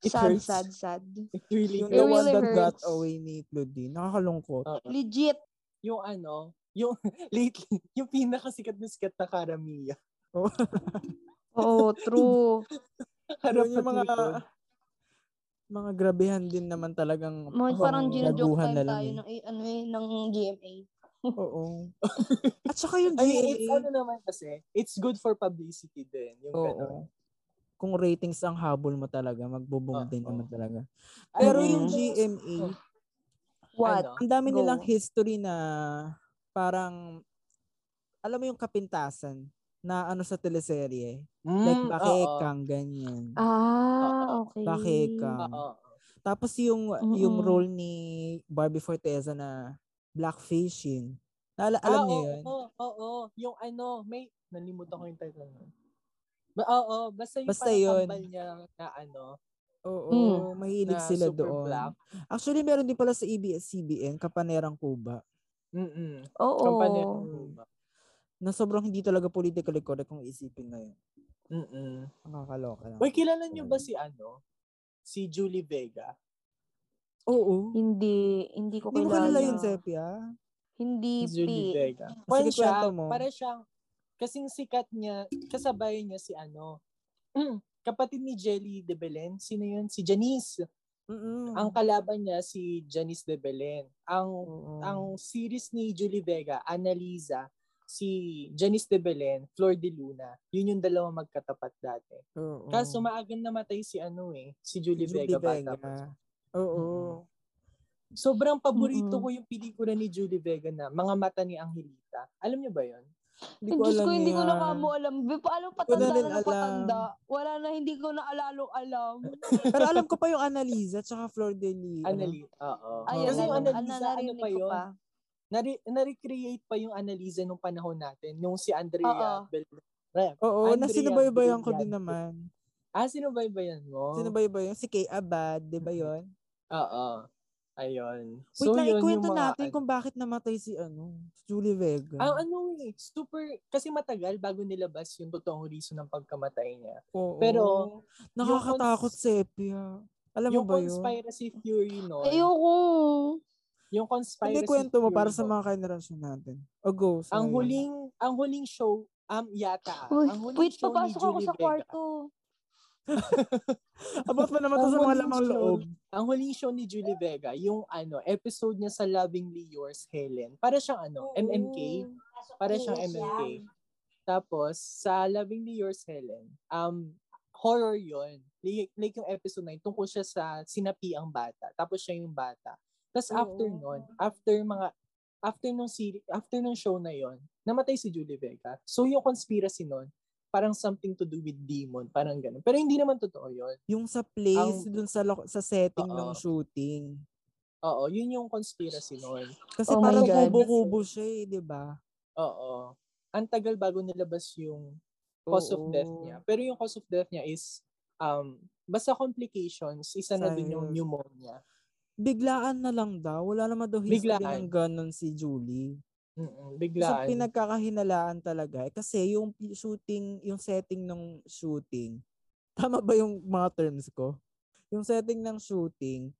S2: It
S1: sad,
S2: hurts.
S1: sad, sad.
S2: It really
S3: Yung
S1: It
S3: the
S2: yung, ano,
S3: one
S1: really
S3: that got
S1: hurts.
S3: away ni Claudine. Nakakalungkot.
S2: Oo.
S1: Legit.
S2: yung ano, yung lately, yung pinakasikat na sikat na karamiya.
S1: Oo, true.
S2: Harap
S3: Yun yung mga-
S2: likod.
S3: Mga grabehan din naman talagang
S1: Mga parang
S2: Oo,
S1: ginajoke
S3: laguhan
S1: time
S3: na lang
S1: tayo
S3: eh.
S1: ng, ano eh, ng GMA.
S3: Oo. At saka yung
S2: I mean, it's
S3: GMA.
S2: ano naman kasi, it's good for publicity din. Yung ganun.
S3: Oo. Kung ratings ang habol mo talaga, magbubong
S2: Oo.
S3: din naman talaga.
S2: Ay,
S3: Pero
S1: Mm.
S3: yung GMA,
S2: Oh.
S1: What?
S2: ano,
S3: ang dami
S1: Go.
S3: nilang history na parang, alam mo yung kapintasan na ano sa teleserye. Like,
S2: Mm, oo.
S3: bakekang, ganyan.
S1: Ah, okay.
S3: Bakekang.
S2: Oo.
S3: Tapos yung yung
S1: Mm-mm.
S3: role ni Barbie Forteza na blackfish yun. Naala,
S2: Ah,
S3: alam niyo
S2: oo,
S3: yun?
S2: Oo, oo, Yung ano, may, nalimutan ko yung title nun. Ba, oo, basta yung
S3: Basta
S2: parang
S3: yun.
S2: kambal niya na ano,
S3: Oo,
S1: Mm.
S3: mahilig
S2: Hmm, na
S3: sila
S2: super
S3: doon.
S2: black.
S3: Actually, meron din pala sa ABS-CBN, Kapanerang Kuba,
S2: Mm-mm.
S1: Oo.
S2: Kampanya ng Roma.
S3: na sobrang hindi talaga politically correct kung isipin ngayon.
S2: Mm-mm.
S3: Nakakaloka lang.
S2: Uy, kilala niyo ba si ano? Si Julie Vega?
S3: Oo.
S1: Hindi, hindi ko
S3: Hindi mo
S1: kilala.
S3: kilala yun, Sepia?
S1: Hindi,
S2: Si Julie
S1: P.
S2: Vega.
S3: Sige,
S2: Kwan
S3: kwento
S2: siya,
S3: mo.
S2: para siyang, kasing sikat niya, kasabay niya si ano, kapatid ni Jelly de Belen. Sino yun? Si Janice.
S3: Mm-mm.
S2: Ang kalaban niya si Janice de Belen. Ang
S3: Oo.
S2: ang series ni Julie Vega, Annalisa, si Janice de Belen, Flor de Luna. Yun yung dalawa magkatapat dati.
S3: Oo.
S2: Kaso maagang namatay si ano eh, si Julie,
S3: Mm. Julie
S2: Vega, bata pa
S3: Vega.
S2: siya.
S3: Oo.
S2: Sobrang paborito
S1: Mm-mm.
S2: ko yung pelikula ni Julie Vega na Mga Mata ni Angelita. Alam niyo ba yon?
S3: Hindi
S4: Ay, Diyos ko, hindi ko na
S3: yan.
S4: kamo alam. Be,
S3: Wala
S4: paano patanda
S3: rin
S4: na ng
S3: alam.
S4: patanda? Wala na, hindi ko na alalo alam.
S3: Pero alam ko pa yung Annalisa tsaka Flor de Lee. ano?
S2: Anali- Oo.
S3: Ayun,
S2: Kasi yung
S3: ano,
S2: Annalisa, ano
S4: narinig
S2: pa
S4: ko
S2: yun?
S4: pa.
S2: Nare- na-recreate pa yung Annalisa nung panahon natin. Yung si
S4: Oo.
S2: Andrea Bel... Re-
S3: Oo, na
S2: Andrea
S3: sinubaybayan ko
S2: Brilliante.
S3: din naman.
S2: Ah, sinubaybayan mo?
S3: Sinubaybayan. Si Kay Abad, di ba yun?
S2: Oo. Ayun.
S3: Wait
S2: yun
S3: lang,
S2: yung
S3: ikwento
S2: mga
S3: natin
S2: ano.
S3: kung bakit namatay si ano, si Julie Vega.
S2: Ang ano eh, super, kasi matagal bago nilabas yung totoong reason ng pagkamatay niya.
S3: Oo.
S2: pero,
S3: nakakatakot,
S2: cons-
S3: Sepia. Alam mo
S2: yung
S3: ba yun?
S2: conspiracy theory noon,
S4: Ayoko.
S2: yung
S3: Hindi
S2: conspiracy
S3: kwento mo
S2: theory
S3: para sa
S2: noon,
S3: mga generation natin. O go, sorry.
S2: Ang huling, ang huling show, um, yata, ah,
S4: Uy,
S2: ang huling
S4: wait,
S2: show ni
S4: papasok ako
S2: Julie
S4: sa
S2: Vega.
S4: kwarto.
S3: Abot mo naman to
S2: Ang
S3: sa mga
S2: huling
S3: lamang
S2: show-
S3: loob.
S2: Ang huling show ni Julie Vega, yung ano, episode niya sa Lovingly Yours, Helen. Para siyang ano, MMK. Para siyang MMK. Tapos, sa Lovingly Yours, Helen, um, horror yon like, like yung episode 9, tungkol siya sa sinapi ang bata. Tapos siya yung bata. Tapos
S3: Oo.
S2: after nun, after mga, after nung, seri- after nung show na yon namatay si Julie Vega. So yung conspiracy nun, parang something to do with demon, parang ganun. Pero hindi naman totoo yon
S3: Yung sa place,
S2: Ang-
S3: dun sa, lo- sa setting ng
S2: Oo.
S3: shooting.
S2: Oo, yun yung conspiracy nun.
S3: Kasi
S4: Oh my
S3: parang
S4: God.
S3: kubo-kubo siya eh, di ba?
S2: Oo. Ang tagal bago nilabas yung cause of
S3: Oo.
S2: death niya. Pero yung cause of death niya is, um, basta complications, isa na dun yung
S3: Sayang.
S2: pneumonia.
S3: Biglaan na lang daw. Wala naman daw history
S2: Biglaan.
S3: ng ganon si Julie.
S2: Mm-mm,
S3: Sa
S2: biglaan.
S3: pinagkakahinalaan talaga. Eh, kasi yung pi- shooting, yung setting ng shooting, tama ba yung mga terms ko? Yung setting ng shooting,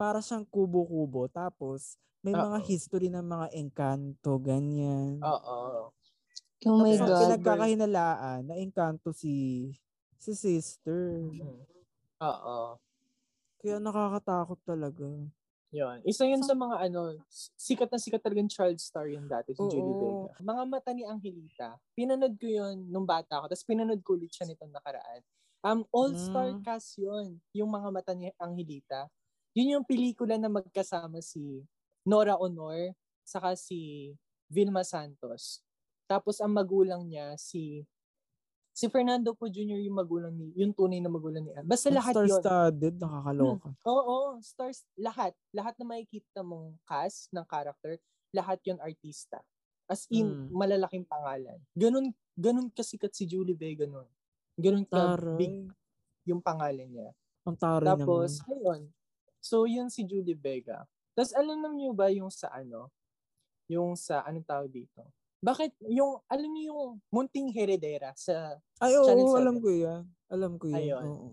S3: para siyang kubo-kubo. Tapos, may mga
S2: Oo.
S3: history ng mga engkanto, ganyan.
S2: Oo.
S4: Oh my
S3: Tapos, ang
S4: God.
S3: pinagkakahinalaan, na engkanto si si sister.
S2: Mm. Oo.
S3: Kaya nakakatakot talaga.
S2: Yun. Isa yun
S3: Sa-
S2: sa mga ano, s- sikat na sikat talagang child star yun dati si Julie
S3: Oo.
S2: Vega. Mga mata ni Angelita, pinanood ko yun nung bata ako, tapos pinanood ko ulit siya nitong nakaraan. Um, all-star
S3: Mm.
S2: cast yun, yung mga mata ni Angelita. Yun yung pelikula na magkasama si Nora Honor, saka si Vilma Santos. Tapos ang magulang niya, si si Fernando po Jr. yung magulang ni, yung tunay na magulang ni Anne. Basta lahat yun. Hmm,
S3: Star-studded, nakakaloka.
S2: Oo, oo, stars, lahat. Lahat na makikita mong cast ng character, lahat yun artista. As in,
S3: Hmm.
S2: malalaking pangalan. Ganun, ganun kasikat si Julie Vega nun. Ganun ka
S3: Taray.
S2: big yung pangalan niya.
S3: Ang taray
S2: Tapos,
S3: naman.
S2: ayun. So, yun si Julie Vega. Tapos, alam niyo ba yung sa ano? Yung sa, anong tawag dito? Bakit, yung, alam niyo yung munting heredera sa,
S3: Ay, oo,
S2: Channel
S3: alam
S2: seven.
S3: ko yan. Alam ko yan.
S2: Ayun.
S3: Oo.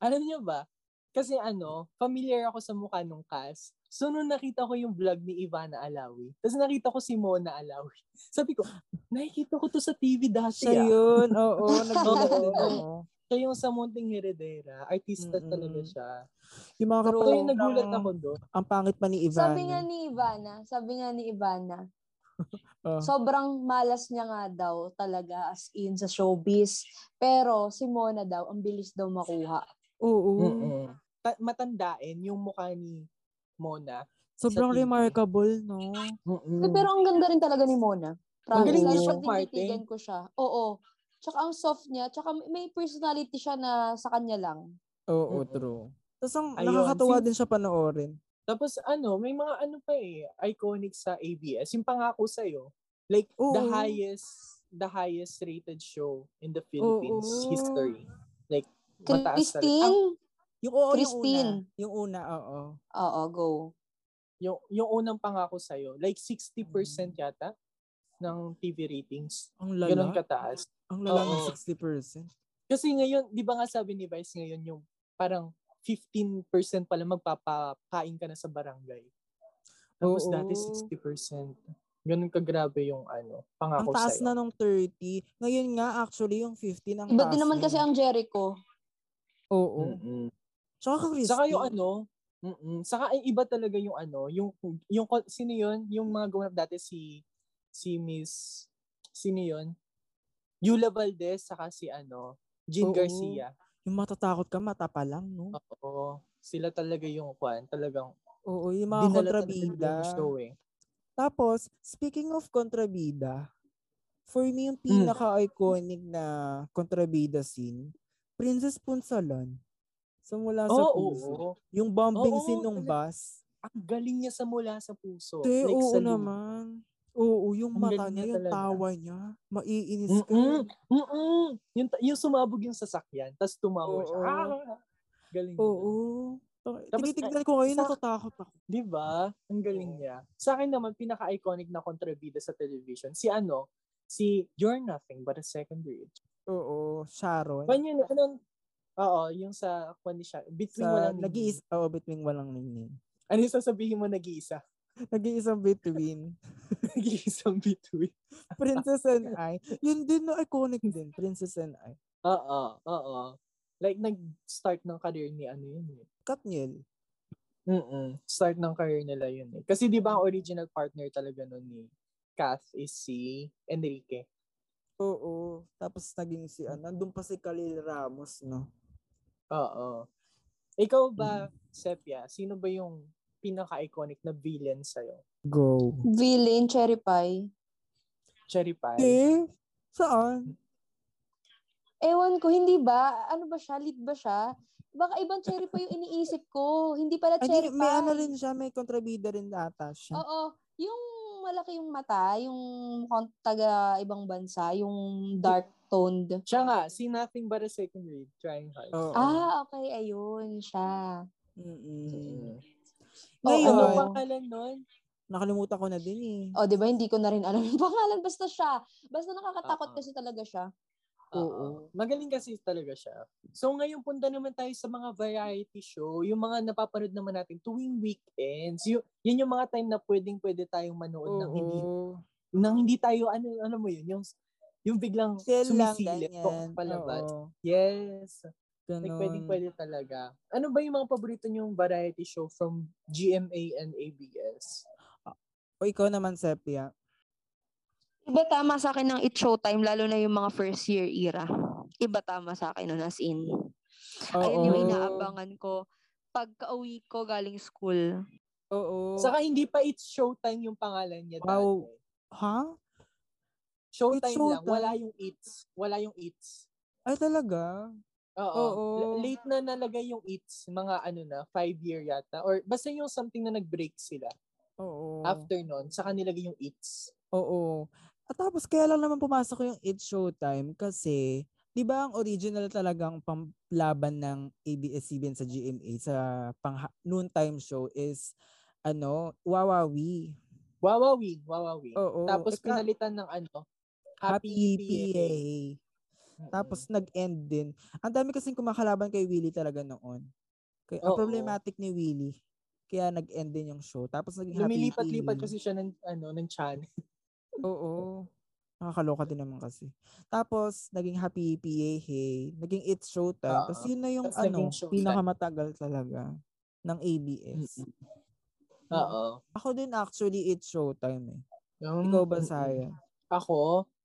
S2: alam niyo ba? Kasi ano, familiar ako sa mukha nung cast. So, nung nakita ko yung vlog ni Ivana Alawi, tapos nakita ko si Mona Alawi. Sabi ko, nakikita ko to sa TV dati
S3: Siya
S2: ah."
S3: yun, oo. Nag-vlog din
S2: Oo.
S3: ako.
S2: Siya yung sa munting heredera, artista
S3: Mm-mm.
S2: talaga siya.
S3: Yung mga
S2: Pero
S3: kapatid
S2: yung nagulat
S3: ng-
S2: ako doon.
S3: Ang pangit pa ni Ivana.
S4: Sabi nga ni Ivana, sabi nga ni Ivana,
S2: Oh.
S3: Ah.
S4: sobrang malas niya nga daw talaga as in sa showbiz. Pero si Mona daw, ang bilis daw makuha.
S3: Oo.
S2: Mm-mm. Ta- matandain yung mukha ni Mona Sa
S3: Sobrang
S2: TV.
S3: remarkable, no?
S4: Eh, pero ang ganda rin talaga ni Mona. Promise.
S2: Magaling
S4: Lalo
S2: niya
S4: pag
S2: siyang party.
S4: tinitigan ko siya. Oo. Tsaka ang soft niya. Tsaka may personality siya na sa kanya lang.
S3: Oo,
S2: Mm-mm.
S3: true. Tapos ang
S2: Ayun,
S3: nakakatuwa
S2: sin-
S3: din siya panoorin.
S2: Tapos ano, may mga ano pa eh, iconic sa ABS. Yung pangako sa'yo, like the
S3: Oo.
S2: highest, the highest rated show in the Philippines
S3: Oo.
S2: history. Like, mataas talaga. Ang,
S4: Christine?
S3: Yung oo,
S4: Christine.
S3: yung una. Yung una, oo.
S4: Oo, go.
S2: yung, yung unang pangako sa'yo, like 60%
S3: Hmm.
S2: yata ng TV ratings.
S3: Ang
S2: Ganun
S3: lala.
S2: kataas.
S3: Ang lala
S2: Oo.
S3: ng 60%.
S2: Kasi ngayon, di ba nga sabi ni Vice ngayon yung parang 15% pala magpapakain ka na sa barangay. Tapos
S3: Oo.
S2: dati 60%. Ganun kagrabe yung ano,
S3: Ang
S2: pangako
S3: taas
S2: sa'yo.
S3: na nung 30. Ngayon nga, actually, yung 15 ang
S4: Iba
S3: taas
S4: din naman
S3: na.
S4: kasi ang Jericho.
S3: Oo.
S2: Mm-mm.
S3: Tsaka Christine.
S2: Saka Mm. yung ano, mm saka ay iba talaga yung ano, yung yung sino yun, yung mga gumanap dati si si Miss sino yun? Yula Valdez saka si ano, Jean
S3: Oo.
S2: Garcia.
S3: Yung matatakot ka, mata pa lang, no?
S2: Oo. Sila talaga yung kwan, talagang
S3: Oo, yung mga
S2: dinala talaga nila
S3: kontrabida.
S2: yung show eh.
S3: Tapos, speaking of kontrabida, for
S2: Hmm.
S3: me yung pinaka-iconic na kontrabida scene, Princess Punsalan. So, mula sa
S2: Oo,
S3: puso.
S2: Oh, oo.
S3: Yung bombing
S2: Oo,
S3: scene nung
S2: talaga.
S3: bus.
S2: Ang galing niya sa mula sa puso. like
S3: Te, oo
S2: sa lupa.
S3: naman. Oo, yung
S2: Ang galing
S3: mata
S2: niya
S3: niya, yung
S2: talaga.
S3: tawa niya. Maiinis ka.
S2: Mm-mm. Mm-mm. Yung, ta- yung sumabog yung sasakyan, tapos tumawa siya.
S3: Oo.
S2: Ah, galing niya.
S3: Oo.
S2: Tapos,
S3: Tinitignan ko ngayon,
S2: sa-
S3: natatakot ako.
S2: Di ba? Ang galing
S3: Oo.
S2: niya. Sa akin naman, pinaka-iconic na kontrabida sa television, si ano, si You're Nothing But a Second Bridge.
S3: Oo, Sharon.
S2: Kwan yun, anong, oo, yung sa, kwan ni siya, between
S3: sa
S2: walang
S3: nag-iisa, oh, between walang ningning.
S2: Ano yung sasabihin mo nag-iisa?
S3: Nag-iisang between.
S2: nag-iisang between.
S3: Princess and I. Yun din, no, iconic din. Princess and I.
S2: Oo, oo. Like, nag-start ng career ni ano yun eh.
S3: Katniel.
S2: Mm-mm. Start ng career nila yun eh. Kasi di ba ang original partner talaga nun ni Kath is si Enrique.
S3: Oo. Tapos naging si, ano, nandun pa si Khalil Ramos, no?
S2: Oo. Ikaw
S3: Mm.
S2: ba, Sepia, sino ba yung pinaka-iconic na villain sa'yo?
S3: Go.
S4: Villain, Cherry Pie.
S2: Cherry Pie?
S3: Eh, saan?
S4: Ewan ko, hindi ba? Ano ba siya? Lead ba siya? Baka ibang Cherry Pie yung iniisip ko. Hindi pala
S3: Ay,
S4: Cherry
S3: di,
S4: Pie.
S3: may ano rin siya, may kontrabida rin ata siya.
S4: Oo. Yung malaki yung mata, yung mukhang taga ibang bansa, yung dark toned.
S2: Siya nga, si Nothing But a Second Read, Trying Hard.
S3: Oo.
S4: Ah, okay. Ayun siya.
S3: Oh. Mm-mm.
S2: Mm.
S3: Ngayon,
S2: Ano
S4: Oo.
S2: pangalan nun?
S3: nakalimutan ko na din eh.
S4: O, oh, di ba? Hindi ko na rin alam yung pangalan. Basta siya. Basta nakakatakot
S2: Oo.
S4: kasi talaga siya.
S3: Oo.
S2: Magaling kasi talaga siya. So ngayon punta naman tayo sa mga variety show, yung mga napapanood naman natin tuwing weekends. Yun, yun yung mga time na pwedeng pwede tayong manood ng hindi nang hindi tayo ano ano mo yun, yung yung biglang
S3: Chill lang,
S2: sumisilip
S3: ganyan.
S2: kung palabas.
S3: Oo.
S2: Yes.
S3: Ganun.
S2: Like, pwedeng pwede talaga. Ano ba yung mga paborito niyong variety show from GMA and ABS?
S3: O ikaw naman, Sepia.
S4: Iba tama sa akin ng It's Showtime, lalo na yung mga first year era. Iba tama sa akin nun, as in. Ayun yung
S3: Oo.
S4: inaabangan ko pagka-uwi ko galing school.
S3: Oo.
S2: Saka hindi pa It's Showtime yung pangalan niya
S3: Wow.
S2: dati.
S3: Ha?
S2: Showtime,
S3: It's showtime.
S2: lang. Wala yung eats. Wala yung eats.
S3: Ay, talaga?
S2: Oo.
S3: Oo.
S2: La- Late na nalagay yung eats. Mga ano na, five year yata. Or basta yung something na nag-break sila.
S3: Oo.
S2: After nun, saka nilagay yung eats.
S3: Oo. At tapos, kaya lang naman pumasok yung It's Showtime kasi, di ba ang original talagang pamlaban ng ABS-CBN sa GMA sa pang noontime show is, ano, Wawawi.
S2: Wawawin, wawawin.
S3: Oo.
S2: Tapos
S3: Eh, ka-
S2: pinalitan ng ano, E
S3: Happy, PA.
S2: Mm-mm.
S3: Tapos nag-end din. Ang dami kasing kumakalaban kay Willie talaga noon. Kaya, ang
S2: Oo.
S3: problematic ni Willie. Kaya nag-end din yung show. Tapos naging Happy
S2: lumilipat-lipat
S3: PA.
S2: kasi siya ng ano, ng channel.
S3: Oo. Nakakaloka din naman kasi. Tapos, naging Happy PA, hey. Naging It's Showtime.
S2: Oo.
S3: Tapos yun na yung
S2: Tas naging
S3: ano,
S2: Showtime.
S3: pinakamatagal talaga ng ABS. Mm.
S2: Oo.
S3: Ako din actually, It's Showtime eh.
S2: Yung-
S3: Ikaw ba,
S2: Mm-mm.
S3: Saya?
S2: Um, mm, Ako,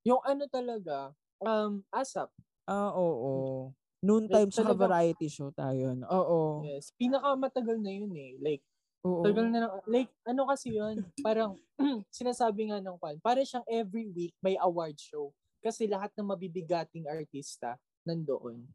S2: yung ano talaga, um, ASAP.
S3: Ah, oo. Noontime
S2: Like,
S3: tsaka
S2: talagang-
S3: variety show tayo. no? Oo.
S2: Yes. Pinakamatagal na yun eh. Like,
S3: Oo.
S2: tagal na lang. Like, ano kasi yun? Parang, sinasabi nga ng Kwan, parang siyang every week may award show. Kasi lahat ng mabibigating artista nandoon.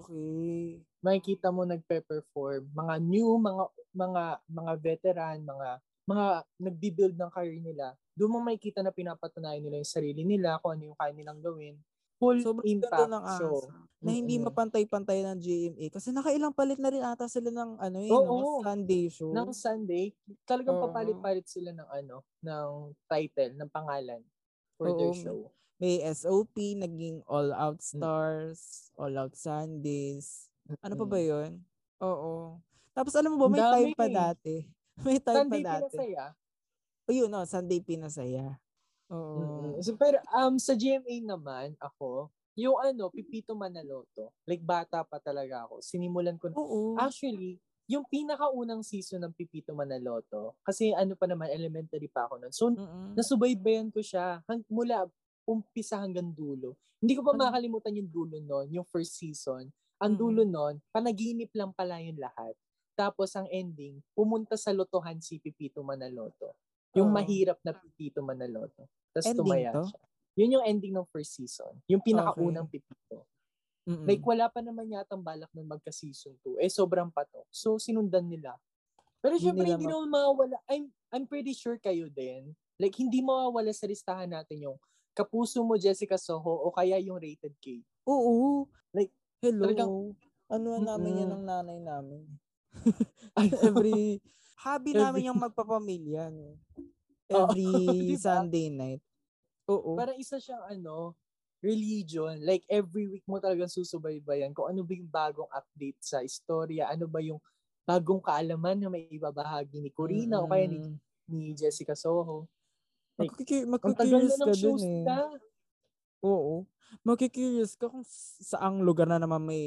S3: Okay.
S2: Makikita mo nagpe-perform. Mga new, mga mga mga veteran, mga mga nagbi-build ng career nila. Doon mo makikita na pinapatunayan nila yung sarili nila, kung ano yung kaya nilang gawin. Full
S3: Sobrang
S2: impact
S3: ganda ng asa.
S2: show.
S3: Na hindi
S2: Mm-mm.
S3: mapantay-pantay ng GMA. Kasi nakailang palit na rin ata sila ng ano eh,
S2: Oo.
S3: no? Sunday show.
S2: ng Sunday, talagang
S3: Oo.
S2: papalit-palit sila ng ano, ng title, ng pangalan for
S3: Oo,
S2: their
S3: may-
S2: show.
S3: May SOP, naging All Out
S2: Mm.
S3: Stars, All Out Sundays. Ano pa ba
S2: Mm.
S3: yun? Oo. Tapos alam mo ba, may
S2: Ang
S3: time
S2: dami. eh.
S3: pa dati. May time
S2: Sunday
S3: pa dati.
S2: pinasaya.
S3: O yun, no, Sunday Pinasaya. Oo.
S2: Mm-mm. So, pero um, sa GMA naman, ako, yung ano, Pipito Manaloto, like bata pa talaga ako, sinimulan ko na.
S3: Oo.
S2: Actually, yung pinakaunang season ng Pipito Manaloto, kasi ano pa naman, elementary pa ako nun. So,
S3: Mm-mm.
S2: nasubaybayan ko siya hang, mula umpisa hanggang dulo. Hindi ko pa
S3: Ano?
S2: makalimutan yung dulo nun, yung first season. Ang
S3: Mm-mm.
S2: dulo nun, panaginip lang pala yung lahat. Tapos ang ending, pumunta sa lotohan si Pipito Manaloto. Yung
S3: Oo.
S2: mahirap na Pipito Manaloto. Tapos
S3: Ah. Ending
S2: tumaya
S3: to?
S2: siya. Yun yung ending ng first season. Yung pinakaunang Pipito.
S3: Mm-mm.
S2: Like wala pa naman yatang balak nun magka-season 2. Eh sobrang patok. So sinundan nila. Pero
S3: Hindi
S2: syempre
S3: nila
S2: hindi naman mawawala. I'm, I'm pretty sure kayo din. Like hindi mawawala sa listahan natin yung Kapuso mo Jessica Soho o kaya yung Rated K.
S3: Oo.
S2: Like,
S3: hello.
S2: talagang-
S3: ano namin yan
S2: Mm-mm.
S3: ng nanay namin. Every, hobby
S2: Every-
S3: namin yung magpapamilya. no? Every
S2: diba?
S3: Sunday night. Oo.
S2: Parang isa siyang ano, religion. Like every week mo talagang susubaybayan kung ano ba yung bagong update sa istorya, ano ba yung bagong kaalaman na may ibabahagi ni Corina o kaya ni,
S3: Mm-mm.
S2: ni Jessica Soho. Like,
S3: Mm. Magkiki-
S2: Ang tagal
S3: magkikurious
S2: na
S3: ka
S2: ng
S3: dun
S2: shows
S3: eh.
S2: na.
S3: Oo. Magkikurious ka kung s- saang lugar na naman may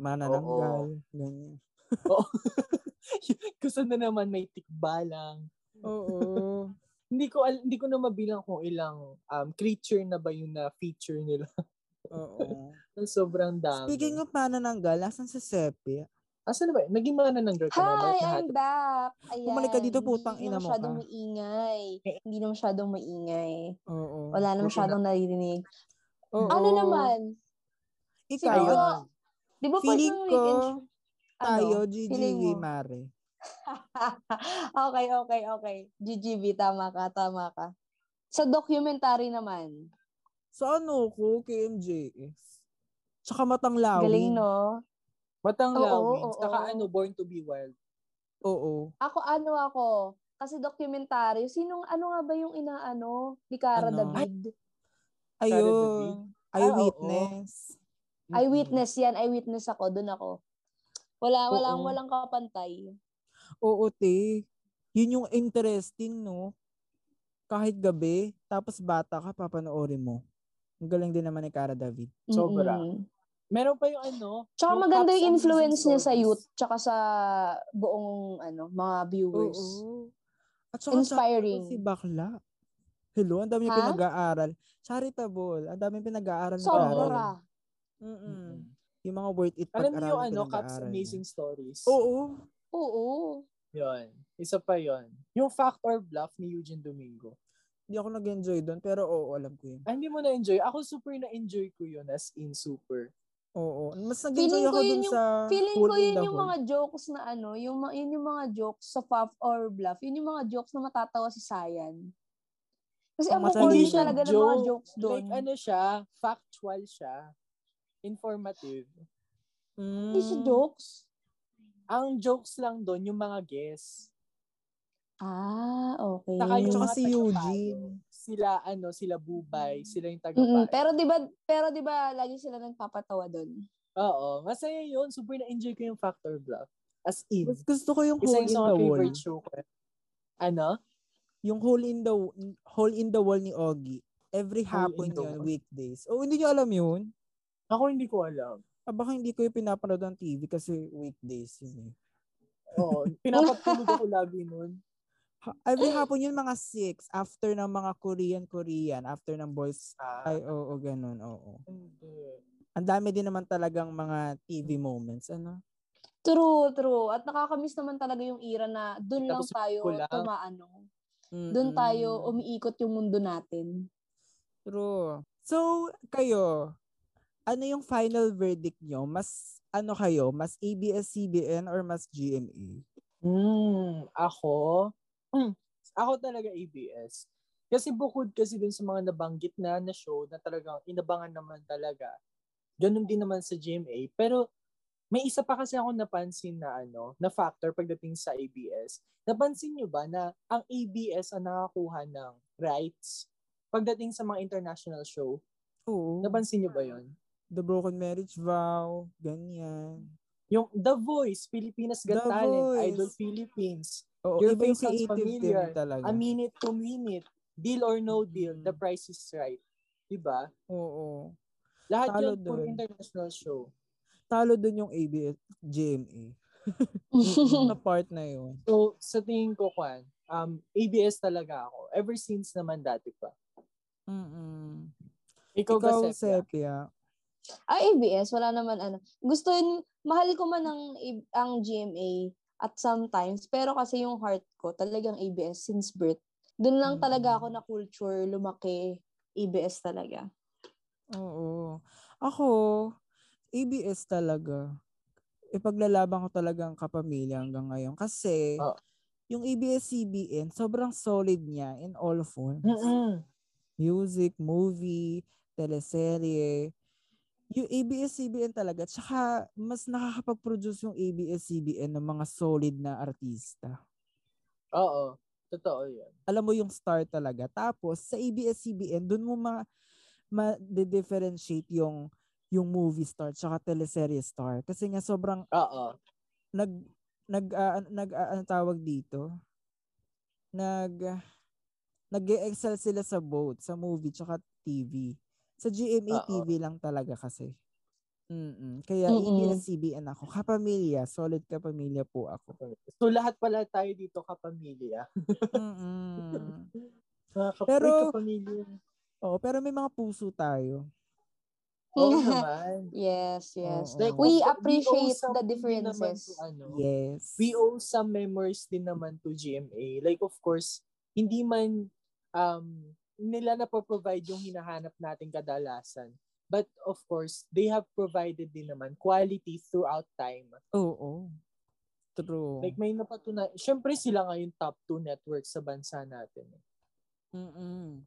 S3: manananggal. Ganyan.
S2: Gusto na naman may tikbalang.
S3: Oo.
S2: Hindi ko al- hindi ko na mabilang kung ilang um, creature na ba yung na feature nila.
S3: Oo.
S2: Sobrang dami.
S3: Speaking of manananggal, nasan si Sepia?
S2: asan na ba? Naging manananggal ka na ba?
S4: Hi,
S2: Lahat?
S4: I'm back. Ayan.
S3: Bumalik ka dito, putang
S4: Hindi
S3: ina
S4: na
S3: mo
S4: masyadong
S3: ka.
S4: maingay. Hindi na masyadong maingay.
S3: Oo.
S4: Wala na
S2: Buti
S4: masyadong naririnig.
S3: Oo.
S4: Ano naman?
S3: Ikaw,
S4: Siguro,
S3: ano?
S4: di ba
S3: Feeling
S4: pwede
S3: ko, tayo,
S4: Ano? feeling
S3: GGV,
S4: mo?
S3: mare.
S4: okay, okay, okay. GGB, tama ka, tama ka. Sa documentary naman.
S3: Sa ano ko, KMJS. Tsaka matanglawin.
S4: Galing, no?
S2: Matang
S4: Oo,
S2: Lawin.
S4: oo,
S2: Saka
S4: oo.
S2: ano, Born to be Wild.
S3: Oo.
S4: Ako, ano ako? Kasi documentary. Sinong, ano nga ba yung inaano? Ni Cara
S3: Ano?
S4: David.
S2: Saturday.
S3: Ayun.
S4: Ah,
S3: Eyewitness.
S4: Eyewitness yan. Eyewitness ako. Doon ako. Wala, walang,
S3: Oo.
S4: walang kapantay.
S3: Oo, te. Yun yung interesting, no? Kahit gabi, tapos bata ka, papanoorin mo. Ang galing din naman ni Cara David.
S2: Sobra.
S4: Mm-mm.
S2: Meron pa yung ano.
S4: Tsaka
S2: yung
S4: maganda
S2: Cops
S4: yung
S2: Amazing
S4: influence niya sa
S2: Stories.
S4: youth tsaka sa buong ano mga viewers.
S3: Oo. At saka
S4: Inspiring.
S3: charitable si Bakla. Hello, ang dami niya
S4: Ha?
S3: pinag-aaral. Charitable. Ang dami pinag-aaral ni Cara.
S4: Sobra. Mm.
S3: Mm-mm.
S2: Mm-mm.
S3: Yung mga worth it
S2: Alam niyo yung
S3: pag-aralan
S2: ano, Cops
S3: pinag-aaral
S2: Amazing
S3: niya.
S2: Stories.
S3: Oo.
S4: Oo.
S2: Yun. Isa pa yon Yung Fact or Bluff ni Eugene Domingo.
S3: Hindi ako nag-enjoy doon, pero oo, alam ko yun.
S2: Ah, hindi mo na-enjoy. Ako super na-enjoy ko yun, as in super.
S3: Oo. Mas nag-enjoy
S4: Feeling ko
S3: ako
S4: yun
S3: doon
S4: yung-
S3: sa
S4: Feeling
S3: Hole
S4: ko
S3: in
S4: yun
S3: the
S4: yung
S3: Hole.
S4: mga jokes na ano, yung, ma- yun yung mga jokes sa Puff or Bluff, yun yung mga jokes na matatawa si Sayan. Kasi ang
S3: Ang matindi.
S4: corny talaga ng mga
S2: Joke.
S4: jokes doon.
S2: Like ano siya, factual siya, informative.
S3: Mm.
S4: Hindi siya jokes.
S2: Ang jokes lang doon, yung mga guests.
S4: Ah, okay.
S2: Saka yung
S3: Tsaka
S2: mga
S3: si
S2: tagapayo.
S3: Eugene.
S2: Sila, ano, sila Bubay, sila yung tagapayo.
S4: Mm-mm. Pero 'di ba pero 'di ba lagi sila nagpapatawa doon.
S2: Oo, masaya yun. Super na-enjoy ko yung Factor Bluff. As in.
S3: Mas gusto ko yung
S2: Isa yung
S3: Hole in
S2: sa mga
S3: the Wall.
S2: favorite show ko. Ano?
S3: Yung Hole in the Hole in the Wall ni Ogie. Every
S2: Hole
S3: hapon
S2: in the
S3: yun,
S2: Wall.
S3: weekdays. Oh, hindi nyo alam yun?
S2: Ako hindi ko alam.
S3: Ah, baka hindi ko yung pinapanood ng TV kasi weekdays yun eh.
S2: Oo, pinapatulog ako lagi nun.
S3: Ha-
S2: Eh.
S3: Every hapon yun, mga 6. After ng mga Korean-Korean. After ng boys.
S2: Ah,
S3: Ay, oo, ganun, oo.
S2: hindi.
S3: Ang dami din naman talagang mga
S2: Hmm.
S3: TV moments. Ano?
S4: True, true. At nakakamiss naman talaga yung era na doon lang
S2: Tapos
S4: tayo
S2: ko lang.
S4: tumaano. Doon
S3: Mm-mm.
S4: tayo
S2: um
S4: umiikot yung mundo natin.
S3: True. So, kayo, ano yung final verdict nyo? Mas, ano kayo? Mas ABS-CBN or mas GMA?
S2: Hmm, ako? Hmm, ako talaga ABS. Kasi bukod kasi dun sa mga nabanggit na na show na talagang inabangan naman talaga. Ganun din naman sa GMA. Pero may isa pa kasi ako napansin na ano, na factor pagdating sa ABS. Napansin nyo ba na ang ABS ang nakakuha ng rights pagdating sa mga international show?
S3: Oo.
S2: Napansin nyo ba yon?
S3: The Broken Marriage Vow, ganyan.
S2: Yung The Voice, Pilipinas Got
S3: The
S2: Talent,
S3: Voice.
S2: Idol Philippines,
S3: Oo,
S2: Your
S3: iba yung
S2: face sounds
S3: creative
S2: familiar.
S3: team talaga.
S2: A minute to minute. Deal or no deal,
S3: Mhm.
S2: the price is right. Diba?
S3: Oo.
S2: Lahat
S3: Talo
S2: yun puro
S3: dun.
S2: international show.
S3: Talo dun yung ABS, GMA. Sa part na yun.
S2: So, sa tingin ko, Kwan, um, ABS talaga ako. Ever since naman dati pa.
S3: Mm-mm.
S2: Ikaw, ba,
S3: Ikaw,
S2: Sepia?
S3: Sepia.
S4: Ay, ABS, wala naman ano. Gusto yun, mahal ko man ang, A- ang GMA at sometimes, pero kasi yung heart ko talagang ABS since birth. Doon lang
S3: Mm.
S4: talaga ako na culture, lumaki, ABS talaga.
S3: Oo. Ako, ABS talaga. Ipaglalaban ko talaga ang kapamilya hanggang ngayon. Kasi,
S2: Oo.
S3: yung ABS-CBN, sobrang solid niya in all forms.
S2: Mm-mm.
S3: music, movie, teleserye. Yung ABS-CBN talaga. Tsaka, mas nakakapag-produce yung ABS-CBN ng mga solid na artista.
S2: Oo. Totoo yun.
S3: Alam mo yung star talaga. Tapos, sa ABS-CBN, dun mo ma, ma-differentiate yung yung movie star tsaka teleserye star kasi nga sobrang
S2: Oo.
S3: nag nag ah, an- nag ah, ano tawag dito nag nag-excel sila sa both sa movie tsaka TV sa
S2: Oo.
S3: GMA TV lang talaga kasi mm kaya
S4: Mm-mm.
S3: ABS-CBN ako kapamilya solid kapamilya po ako
S2: So, lahat pala tayo dito kapamilya.
S3: mm
S2: Mga kap-
S3: Pero-
S2: Uy, kapamilya.
S3: oh pero may mga puso tayo
S2: Oo naman.
S4: yes,
S3: Oh.
S4: yes.
S3: Oo.
S2: Like,
S4: We
S2: owe
S4: appreciate
S2: some
S4: the
S2: din naman to,
S4: differences.
S2: ano,
S3: Mm. yes
S2: we owe some memories din naman to GMA. Like, of course, hindi man um, nila napoprovide yung hinahanap natin kadalasan. But of course, they have provided din naman quality throughout time.
S3: oo true
S2: Like may napatunay. Siyempre sila nga yung top two networks sa bansa natin.
S3: mm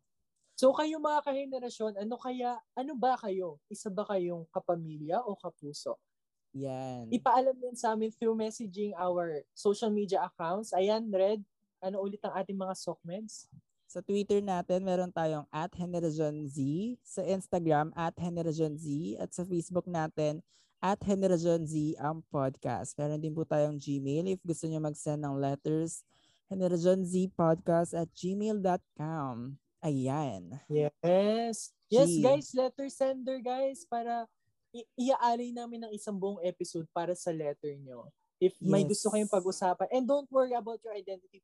S2: So kayo mga kahenerasyon, ano kaya, ano ba kayo? Isa ba kayong kapamilya o kapuso?
S3: yan
S2: Ipaalam din sa amin through messaging our social media accounts. Ayan, Red, ano ulit ang ating mga sockments?
S3: Sa Twitter natin, meron tayong at Generation Z. Sa Instagram, at Generation Z. At sa Facebook natin, at Generation Z ang podcast. Meron din po tayong Gmail if gusto nyo mag-send ng letters. Generation Z podcast at gmail.com. Ayan.
S2: Yes. Yes,
S3: Gee.
S2: guys, letter sender, guys, para i- iaalay namin ng isang buong episode para sa letter nyo. If may
S3: Yes.
S2: gusto kayong pag-usapan. And don't worry about your identity.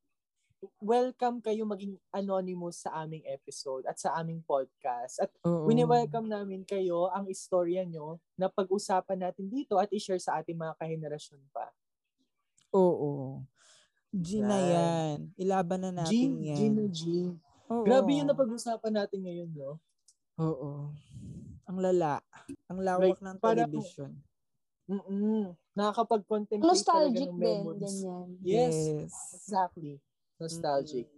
S2: Welcome kayo maging anonymous sa aming episode at sa aming podcast. At
S3: Oo.
S2: wini-welcome namin kayo ang istorya nyo na pag-usapan natin dito at i-share sa ating mga kahenerasyon pa.
S3: Oo. G na
S2: Yan.
S3: yan. Ilaban na natin
S2: G,
S3: yan.
S2: G na G.
S3: Oo.
S2: Grabe yung napag-usapan natin ngayon, no?
S3: Oo. Ang lala. Ang lawak
S2: Like,
S3: ng
S2: parang-
S3: television.
S2: Mm-mm. Nakakapag-contemplate talaga
S4: Nostalgic
S2: ng
S4: din,
S2: memories.
S4: ganyan.
S2: Yes, exactly. Nostalgic.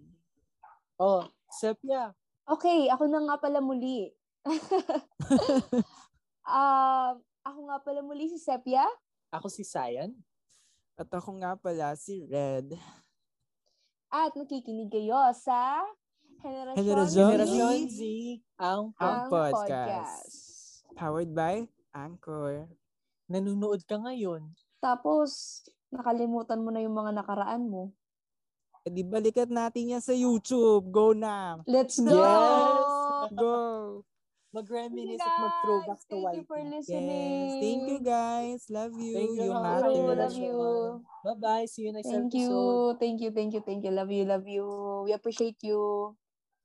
S2: Oh, Sepia.
S4: Okay, ako na nga pala muli. Ah, ako nga pala muli si Sepia.
S2: Ako si Sayan.
S3: At ako nga pala, si Red.
S4: At nakikinig kayo sa Henerasyon,
S3: Henerasyon
S2: Generation Z. Ang
S3: Ang
S4: Ang
S3: podcast.
S4: podcast.
S3: Powered by Anchor.
S2: nanonood ka ngayon.
S4: Tapos, nakalimutan mo na yung mga nakaraan mo.
S3: E di balikan natin yan sa YouTube. Go na!
S4: Let's go!
S2: Yes!
S3: Go!
S2: Mag-reminisce at
S4: Guys,
S2: mag-throwback to
S4: Thank you
S2: YT.
S4: for listening.
S3: Yes. Thank you guys. Love you.
S2: Thank you,
S3: you
S2: mga
S3: matter.
S4: Hello, love
S2: Henerasyon.
S4: you.
S2: Bye-bye. See you next
S4: Thank you.
S2: episode.
S4: Thank you, thank you, thank you. Love you, love you. We appreciate you.